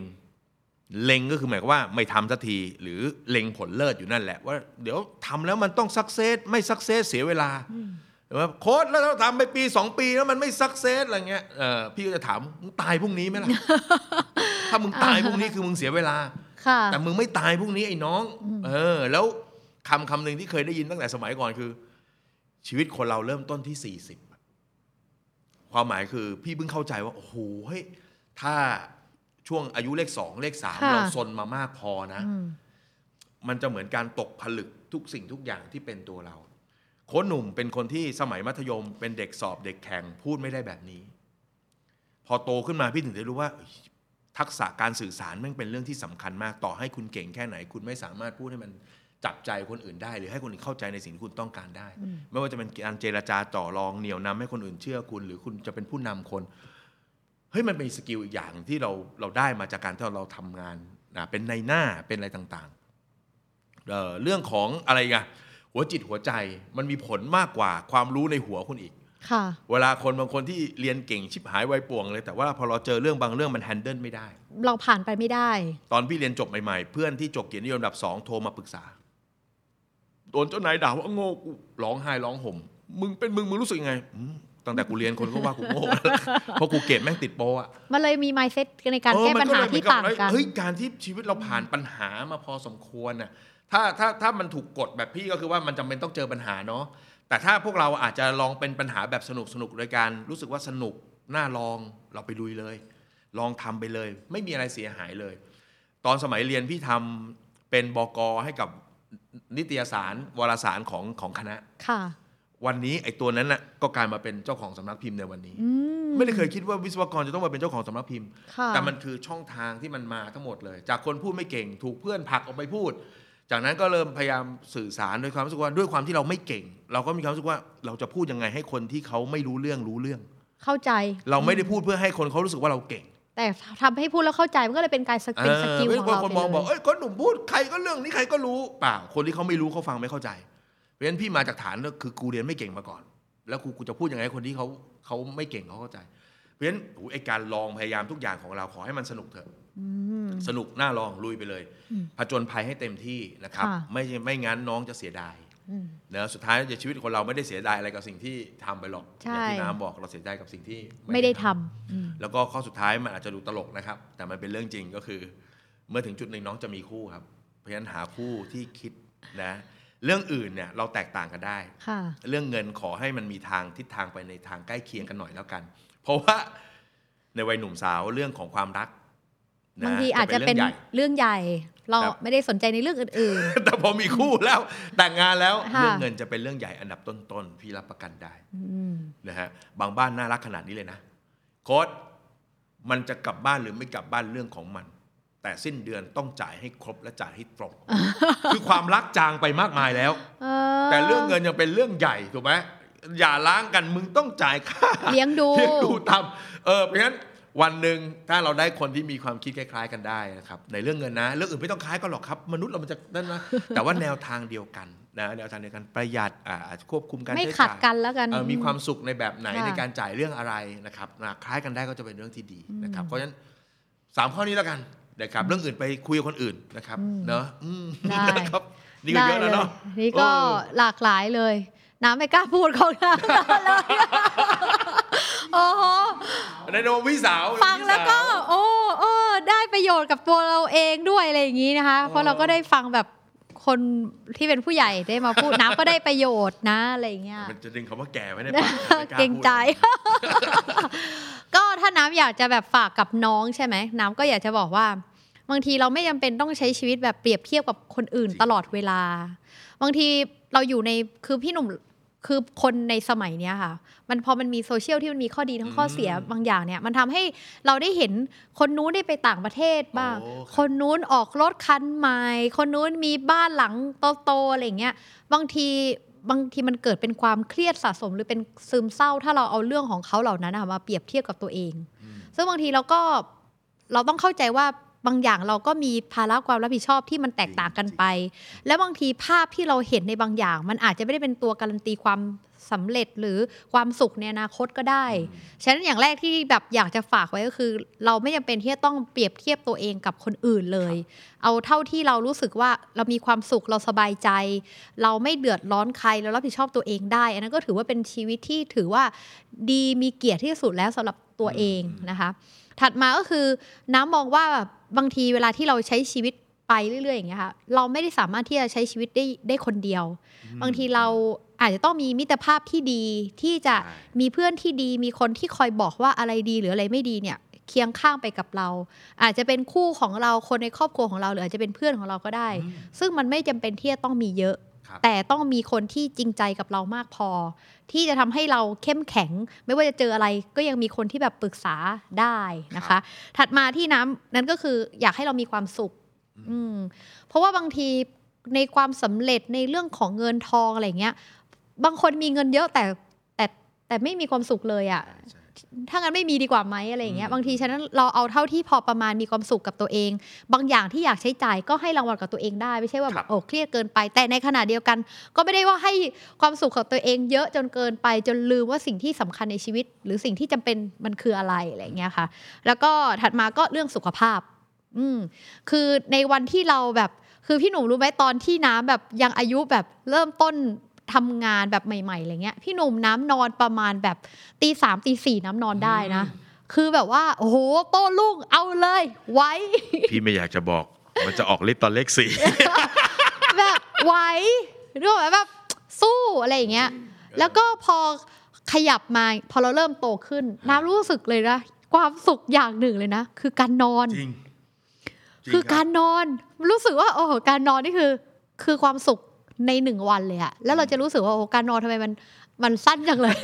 S3: เล็งก็คือหมายความว่าไม่ทำสักที หรือเล็งผลเลิศอยู่นั่นแหละว่าเดี๋ยวทำแล้วมันต้องสักเซสไม่สักเซสเสียเวลา เอ ว่าโค้ดแล้วเราทำไปปี 2 ปีแล้วมันไม่สักเซสอะไรเงี้ยเออพี่ก็จะถามมึงตายพรุ่งนี้ไหมล่ะ ถ้ามึงตายพรุ่งนี้คือมึงเสียเวลา
S2: ค่ะ
S3: แต่มึงไม่ตายพรุ่งนี้ไอ้น้อง เออ แล้วคำคำหนึ่งที่เคยได้ยินตั้งแต่สมัยก่อนคือ ชีวิตคนเราเริ่มต้นที่ 40 ความหมายคือพี่เพิ่งเข้าใจว่า โอ้โหเฮ้ยถ้าช่วงอายุเลขสองเลขสาม
S2: ค่ะ
S3: เราซนมามากพอนะ
S2: อืม
S3: มันจะเหมือนการตกผลึกทุกสิ่งทุกอย่างที่เป็นตัวเรา โค้ชหนุ่มเป็นคนที่สมัยมัธยม เป็นเด็กสอบเด็กแข่งพูดไม่ได้แบบนี้ พอโตขึ้นมาพี่ถึงได้รู้ว่าเอ้ยทักษะการสื่อสารแมันเป็นเรื่องที่สำคัญมากต่อให้คุณเก่งแค่ไหน คุณไม่สามารถพูดให้มันจับใจคนอื่นได้ หรือให้คนอื่นเข้าใจในสิ่งที่คุณต้องการได้ ไม่ว่าจะเป็นการเจรจาต่อรองเหนี่ยวนำให้คนอื่นเชื่อคุณ หรือคุณจะเป็นผู้นำคน เฮ้ยมันเป็นสกิลอีกอย่างที่เราเราได้มาจากการที่เราทำงานนะเป็นในหน้าเป็นอะไรต่างๆเอ่อเรื่องของอะไรอีกันหัวจิตหัวใจมันมีผลมากกว่าความรู้ในหัวคุณอีก
S2: ค่ะ
S3: เวลาคนบางคนที่เรียนเก่งชิบหายไวายป่วงเลย แต่ว่าพอเราเจอเรื่องบางเรื่องมันแฮนเดิลไม่ได้
S2: เราผ่านไปไม่ได้
S3: ตอนพี่เรียนจบใหม่ๆ เพื่อนที่จบเกียรตินิยมอันดับสองโทรมาปรึกษา โดนเจ้านายด่าว่าโง่กูร้องไห้ร้องห่ม มึงเป็นมึงมึงรู้สึกยังไงอืมตั้งแต่กูเรียนคนก็ว่ากูโง่ เพราะกูเกรดแม่งติดโปอะ
S2: มันเลยมี mindset ในการ
S3: เออ
S2: แก้
S3: มั
S2: ปัญ
S3: เล
S2: หาย ที่
S3: เหมือ
S2: ต่าง
S3: บว่
S2: กัน
S3: เฮ้ยการที่ชีวิตเราผ่านปัญหามาพอสมควรน่ะถ้าถ้าถ้ามันถูกกดแบบพี่ก็คือว่ามันจำเป็นต้องเจอปัญหาเนาะแต่ถ้าพวกเราอาจจะลองเป็นปัญหาแบบสนุกสนุกโดยการรู้สึกว่าสนุกน่าลองเราไปลุยเลย ลองทำไปเลย ไม่มีอะไรเสียหายเลย ตอนสมัยเรียนพี่ทำเป็นบกให้กับนิตยสารวารสารของของคณะ
S2: ค่ะ
S3: วันนี้ไอ้ตัวนั้นน่ะก็กลายมาเป็นเจ้าของสำนักพิมพ์ในวันนี้
S2: อืม
S3: ไม่ได้เคยคิดว่าวิศวกรจะต้องมาเป็นเจ้าของสำนักพิมพ์
S2: ค่ะ
S3: แต่มันคือช่องทางที่มันมาทั้งหมดเลย จากคนพูดไม่เก่งถูกเพื่อนผลักออกไปพูด จากนั้นก็เริ่มพยายามสื่อสารด้วยความรู้สึกว่าด้วยความที่เราไม่เก่ง เราก็มีความรู้สึกว่าเราจะพูดยังไงให้คนที่เขาไม่รู้เรื่องรู้เรื่อง
S2: เข้าใจ
S3: เราไม่ได้พูดเพื่อให้คนเขารู้สึกว่าเราเก่ง
S2: แต่ทำให้พูดแล้วเข้าใจมันก็เลยเป็นการสกิลสกิล
S3: เออ
S2: ของเรา
S3: คน
S2: ไป
S3: มองบอ
S2: เล
S3: ก
S2: ย
S3: เอ้ยก็หนุ่มพูดใครก็เรื่องนี้ใครก็รู้เปล่าคนที่เขาไม่รู้เขาฟังไม่เข้าใจ เพราะฉะนั้นพี่มาจากฐานก็คือกูเรียนไม่เก่งมาก่อน แล้วกูกูจะพูดยังไงให้คนที่เขาเขาไม่เก่งเขาเข้าใจ เพราะฉะนั้นโอ้โหไอการลองพยายามทุกอย่างของเราขอให้มันสนุกเถอะ
S2: อืม
S3: สนุกน่าลองลุยไปเลย
S2: อืม
S3: ผจญภัยให้เต็มที่นะครับ
S2: ค่ะ
S3: ไม่ไม่งั้นน้องจะเสียดาย
S2: อืม
S3: เนอะสุดท้ายแล้วชีวิตคนเราไม่ได้เสียดายอะไรกับสิ่งที่ทำไปหรอกอ
S2: ใช่
S3: ย่างที่น้ำบอกเราเสียดายกับสิ่งที่
S2: ไม่ได้ทำอืม
S3: แล้วก็ข้อสุดท้ายมันอาจจะดูตลกนะครับ แต่มันเป็นเรื่องจริงก็คือ เมื่อถึงจุดหนึ่งน้องจะมีคู่ครับ เพราะฉะนั้นหาคู่ที่คิดนะเรื่องอื่นเนี่ยเราแตกต่างกันได้
S2: ค่ะ
S3: เรื่องเงินขอให้มันมีทางทิศทางไปในทางใกล้เคียงกันหน่อยแล้วกัน เพราะว่าในวัยหนุ่มสาวเรื่องของความรักนะ
S2: บางทีอาจจะเป็น
S3: รื่องใหญ่
S2: เรื่องใหญ่ เรา
S3: ครับ
S2: ไม่ได้สนใจในเรื่องอื่น
S3: แต่พอมีคู่แล้วแต่งงานแล้ว
S2: ค่ะ
S3: เรื่องเงินจะเป็นเรื่องใหญ่อันดับต้นๆพี่รับประกันได้
S2: ๆ อืม
S3: นะฮะบางบ้านน่ารักขนาดนี้เลยนะโค้ดมันจะกลับบ้านหรือไม่กลับบ้านเรื่องของมัน แต่สิ้นเดือนต้องจ่ายให้ครบและจ่ายให้ ตรง คือความรักจางไปมากมายแล้ว
S2: เอ่อ
S3: แต่เรื่องเงินยังเป็นเรื่องใหญ่ถูกไหมอย่าล้างกันมึงต้องจ่ายค่า
S2: เลี้ยงดู
S3: เรียกดูตามเออเพราะฉะนั้นวันหนึ่งถ้าเราได้คนที่มีความคิดคล้าย ๆ กันได้นะครับในเรื่องเงินนะ เรื่องอื่นไม่ต้องคล้ายกันหรอกครับ มนุษย์เรามันจะนั่ นนะ แต่ว่าแนวทางเดียวกันนะแนวทางเดียวกันประหยัดอ่าอาจจะควบคุมการ
S2: ไม่
S3: ใช้
S2: ขัด
S3: จ่าย
S2: กันแล้วกัน
S3: เอ่อมีความสุขในแบบไหน
S2: ค่ะ
S3: ในการจ่ายเรื่องอะไรนะครับนะคล้ายกันได้ก็จะเป็นเรื่องที่ดีนะครับ
S2: อืม
S3: เพราะฉะนั้นสามข้อนี้แล้วกันนะครับเรื่องอื่นไปคุยกับคนอื่นนะครับ
S2: อืม
S3: เนาะอืม
S2: ได้
S3: นะครับนี่ก็เยอะแล้วเนาะ
S2: ได้ลยนี่ก็
S3: เออ
S2: หลากหลายเลย น้ำไม่กล้าพูดของน้ำเลย โอ้โห
S3: อันนั้นโดนพี่สาว
S2: ฟังแล้วก็ โอ้โอ้ได้ประโยชน์กับตัวเราเองด้วยอะไรอย่างนี้นะคะ เพราะเราก็ได้ฟังแบบคนที่เป็นผู้ใหญ่ได้มาพูด น้ำก็ได้ประโยชน์นะอะไรอย่างเงี้ย
S3: มันจะดึงคำว่าแก่ไว้ในปากไม่ล้า
S2: เกรงใจ
S3: พูด
S2: ก็ถ้าน้ำอยากจะแบบฝากกับน้องใช่ไหม น้ำก็อยากจะบอกว่า บางทีเราไม่จำเป็นต้องใช้ชีวิตแบบเปรียบเทียบกับคนอื่น
S3: จริง
S2: ตลอดเวลา บางทีเราอยู่ในคือพี่หนุ่มคือคนในสมัยเนี้ยค่ะ มันพอมันมีโซเชียลที่มันมีข้อดีทั้งข้อเสียบางอย่างเนี่ย มันทำให้เราได้เห็นคนนู้นได้ไปต่างประเทศบ้าง
S3: โอ้ครับ
S2: คนนู้นออกรถคันใหม่ คนนู้นมีบ้านหลังโตๆอะไรอย่างเงี้ย บางทีบางทีมันเกิดเป็นความเครียดสะสมหรือเป็นซึมเศร้า ถ้าเราเอาเรื่องของเขาเหล่านั้นอะมาเปรียบเทียบกับตัวเอง
S3: อืม
S2: ซึ่งบางทีเราก็เราต้องเข้าใจว่าบางอย่างเราก็มีภาระความรับผิดชอบที่มันแตกต่างกันไป และบางทีภาพที่เราเห็นในบางอย่าง มันอาจจะไม่ได้เป็นตัวการันตีความ สำเร็จหรือความสุขในอนาคตก็ได้ ฉะนั้นอย่างแรกที่แบบอยากจะฝากไว้ก็คือ เราไม่จำเป็นที่จะต้องเปรียบเทียบตัวเองกับคนอื่นเลย เอาเท่าที่เรารู้สึกว่าเรามีความสุขเราสบายใจ เราไม่เดือดร้อนใครเรารับผิดชอบตัวเองได้ อันนั้นก็ถือว่าเป็นชีวิตที่ถือว่าดีมีเกียรติที่สุดแล้วสำหรับตัวเองนะคะ ถัดมาก็คือน้ำมองว่าแบบบางทีเวลาที่เราใช้ชีวิตไปเรื่อยๆอย่างเงี้ยค่ะเราไม่ได้สามารถที่จะใช้ชีวิตได้ได้คนเดียว บางทีเราอาจจะต้องมีมิตรภาพที่ดีที่จะ
S3: ใช่
S2: มีเพื่อนที่ดีมีคนที่คอยบอกว่าอะไรดีหรืออะไรไม่ดีเนี่ยเคียงข้างไปกับเรา อาจจะเป็นคู่ของเราคนในครอบครัวของเราหรืออาจจะเป็นเพื่อนของเราก็ได้
S3: อืม
S2: ซึ่งมันไม่จำเป็นที่จะต้องมีเยอะ
S3: ครับ
S2: แต่ต้องมีคนที่จริงใจกับเรามากพอ ที่จะทำให้เราเข้มแข็ง ไม่ว่าจะเจออะไรก็ยังมีคนที่แบบปรึกษาได้นะ
S3: ค
S2: คะ
S3: รับ
S2: ถัดมาที่น้ำนั้นก็คืออยากให้เรามีความสุข อืมเพราะว่าบางทีในความสำเร็จในเรื่องของเงินทองอะไรเงี้ย บางคนมีเงินเยอะแต่แต่แต่ไม่มีความสุขเลยอะ่ะ
S3: ใช่ใช่
S2: ถ้างั้นไม่มีดีกว่าไหมอะไรอย่างเงี้ย
S3: อืม
S2: บางทีฉะนั้นเราเอาเท่าที่พอประมาณมีความสุขกับตัวเอง บางอย่างที่อยากใช้จ่ายก็ให้รางวัลกับตัวเองได้ไม่ใช่ว่าแบบโอ้เครียดเกินไป แต่ในขณะเดียวกัน ก็ไม่ได้ว่าให้ความสุขกับตัวเองเยอะจนเกินไปจนลืมว่าสิ่งที่สำคัญในชีวิต หรือสิ่งที่จำเป็นมันคืออะไรอะไรอย่างเงี้ยค่ะ แล้วก็ถัดมาก็เรื่องสุขภาพ อืมคือในวันที่เราแบบคือพี่หนุ่มรู้ไหมตอนที่น้ำแบบยังอายุแบบเริ่มต้นทำงานแบบใหม่ๆอะไรเงี้ยพี่หนุ่มน้ำนอนประมาณแบบตีสามตีสี่น้ำนอนได้นะ คือแบบว่า โอ้โหโต้ลูกเอาเลย ไว้
S3: พี่ไม่อยากจะบอก มันจะออกฤทธิ์ตอนเลขสี่
S2: แบบไหว้รู้ไหมแบบสู้อะไรอย่างเงี้ย แล้วก็พอขยับมา พอเราเริ่มโตขึ้น น้ำรู้สึกเลยนะ ความสุขอย่างหนึ่งเลยนะ คือการนอน
S3: จริงจง
S2: คือ
S3: รับ
S2: การนอนรู้สึกว่าโอ้โหการนอนนี่คือ คือความสุขในหนึ่งวันเลยอะแล้วเราจะรู้สึกว่าโอ้โหการนอนทำไมมันมันสั้นจังเลย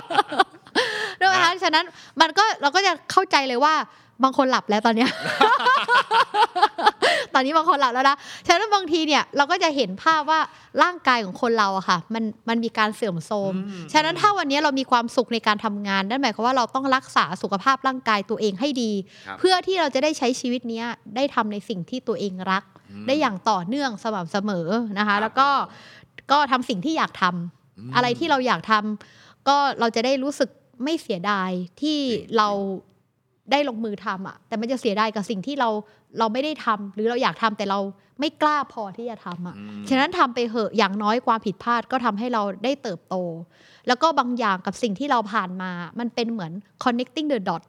S2: ด้วยนะคะฉะนั้นมันก็เราก็จะเข้าใจเลยว่าบางคนหลับแล้วตอนเนี้ย ตอนนี้บางคนหลับแล้วนะฉะนั้นบางทีเนี่ยเราก็จะเห็นภาพว่าร่างกายของคนเราอะค่ะ มันมันมีการเสื่อมโทรม
S3: อืม
S2: ฉะนั้นถ้าวันนี้เรามีความสุขในการทำงานนั่นหมายความว่าเราต้องรักษาสุขภาพร่างกายตัวเองให้ดี
S3: ครับ
S2: เพื่อที่เราจะได้ใช้ชีวิตเนี้ยได้ทำในสิ่งที่ตัวเองรัก
S3: ม
S2: ได้อย่างต่อเนื่องสม่ำเสมอนะ
S3: ครั
S2: คะ
S3: บ
S2: แล้วก็ก็ทำสิ่งที่อยากทำ
S3: ม
S2: อะไรที่เราอยากทำก็เราจะได้รู้สึกไม่เสียดายที่
S3: จริง
S2: เราได้ลงมือทำอ่ะ แต่มันจะเสียดายกับสิ่งที่เราเราไม่ได้ทำหรือเราอยากทำแต่เราไม่กล้าพอที่จะทำอ่ะ
S3: อืม
S2: ฉะนั้นทำไปเหอะอย่างน้อยความผิดพลาดก็ทำให้เราได้เติบโต แล้วก็บางอย่างกับสิ่งที่เราผ่านมา มันเป็นเหมือน connecting the dot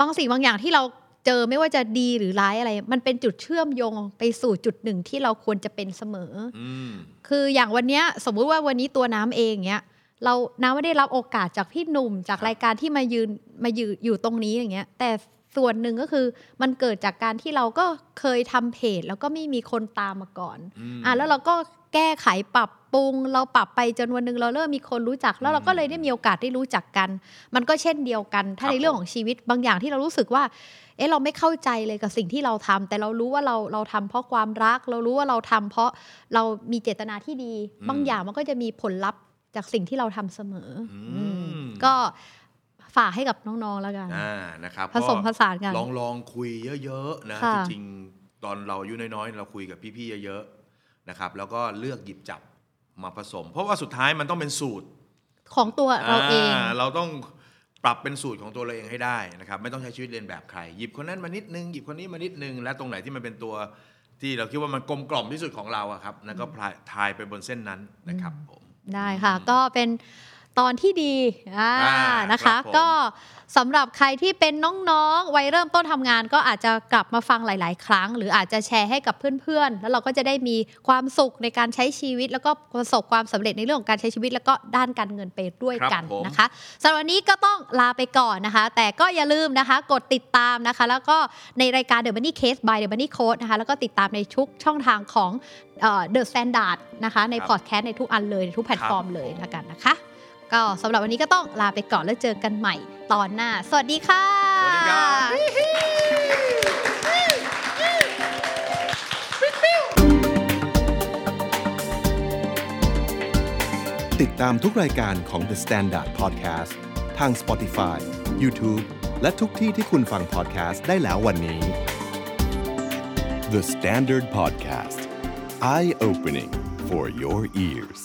S2: บางสิ่งบางอย่างที่เราเจอไม่ว่าจะดีหรือร้ายอะไร มันเป็นจุดเชื่อมโยงไปสู่จุดหนึ่งที่เราควรจะเป็นเสมอ
S3: อืม
S2: คืออย่างวันเนี้ยสมมุติว่าวันนี้ตัวน้ำเองเนี้ยเราน้ำไม่ได้รับโอกาสจากพี่หนุ่ม จาก
S3: ครับ
S2: รายการที่มายืนมายืนอยู่ตรงนี้อย่างเงี้ย แต่ส่วนหนึ่งก็คือมันเกิดจากการที่เราก็เคยทำเพจ แล้วก็ไม่มีคนตามมาก่อน
S3: ม
S2: อ่ะแล้วเราก็แก้ไขปรับปรุง เราปรับไปจนวันหนึ่งเราเริ่มมีคนรู้จัก แล้วเราก็เลยได้มีโอกาสได้รู้จักกัน มันก็เช่นเดียวกัน ถ้า
S3: ครับ
S2: ในเรื่องของชีวิตบางอย่างที่เรารู้สึกว่า เอะเราไม่เข้าใจเลยกับสิ่งที่เราทำแต่เรารู้ว่าเราเราทำเพราะความรัก เรารู้ว่าเราทำเพราะเรามีเจตนาที่ดี
S3: อืม
S2: บางอย่างมันก็จะมีผลลัพธ์จากสิ่งที่เราทำเสมออ
S3: ม
S2: อืมก็ฝากให้กับน้องๆแล้วกัน
S3: อ่านะครับ
S2: ผสมผ
S3: ก็
S2: สานกัน
S3: ลองลองคุยเยอะๆนะ
S2: ค่ะ
S3: จริงๆ ตอนเราอายุน้อยๆ เราคุยกับพี่ๆ เยอะๆนะครับ แล้วก็เลือกหยิบจับมาผสม เพราะว่าสุดท้ายมันต้องเป็นสูตร
S2: ของตัวเราเอง
S3: เราต้องปรับเป็นสูตรของตัวเราเองให้ได้นะครับไม่ต้องใช้ชีวิตเรียนแบบใคร หยิบคนนั้นมานิดนึงหยิบคนนี้มานิดนึง และตรงไหนที่มันเป็นตัวที่เราคิดว่ามันกลมกล่อมที่สุดของเราอะครับนั่นก็พลายทายไปบนเส้นนั้นนะครับผม
S2: ได้ค่ะ ก็เป็นตอนที่ดีอ่า
S3: อ่า
S2: นะ
S3: ค
S2: คะ
S3: รับผม
S2: ก็สำหรับใครที่เป็นน้องๆวัยเริ่มต้นทำงาน ก็อาจจะกลับมาฟังหลาย ๆ ครั้ง หรืออาจจะแชร์ให้กับเพื่อนๆ แล้วเราก็จะได้มีความสุขในการใช้ชีวิต แล้วก็ประสบความสำเร็จในเรื่องของการใช้ชีวิต แล้วก็ด้านการเงินไปด้วยกัน
S3: ครับผม
S2: นะคะสำหรับวันนี้ก็ต้องลาไปก่อนนะคะ แต่ก็อย่าลืมนะคะกดติดตามนะคะ แล้วก็ในรายการ The Money Case by The Money Code นะคะแล้วก็ติดตามในทุกช่องทางของ เดอะสแตนดาร์ดนะคะ ใน
S3: ครับ
S2: พอดแคสต์ในทุกอันเลย ในทุกแพลตฟอร์มเลยแล้วกันนะคะ ก็สำหรับวันนี้ก็ต้องลาไปก่อนแล้วเจอกันใหม่ตอนหน้า สวัสดีค่ะ
S3: สวัสดีครับ
S1: ติดตามทุกรายการของ The Standard Podcast ทาง Spotify, YouTube และทุกที่ที่คุณฟัง podcast ได้แล้ววันนี้ The Standard Podcast Eye Opening for Your Ears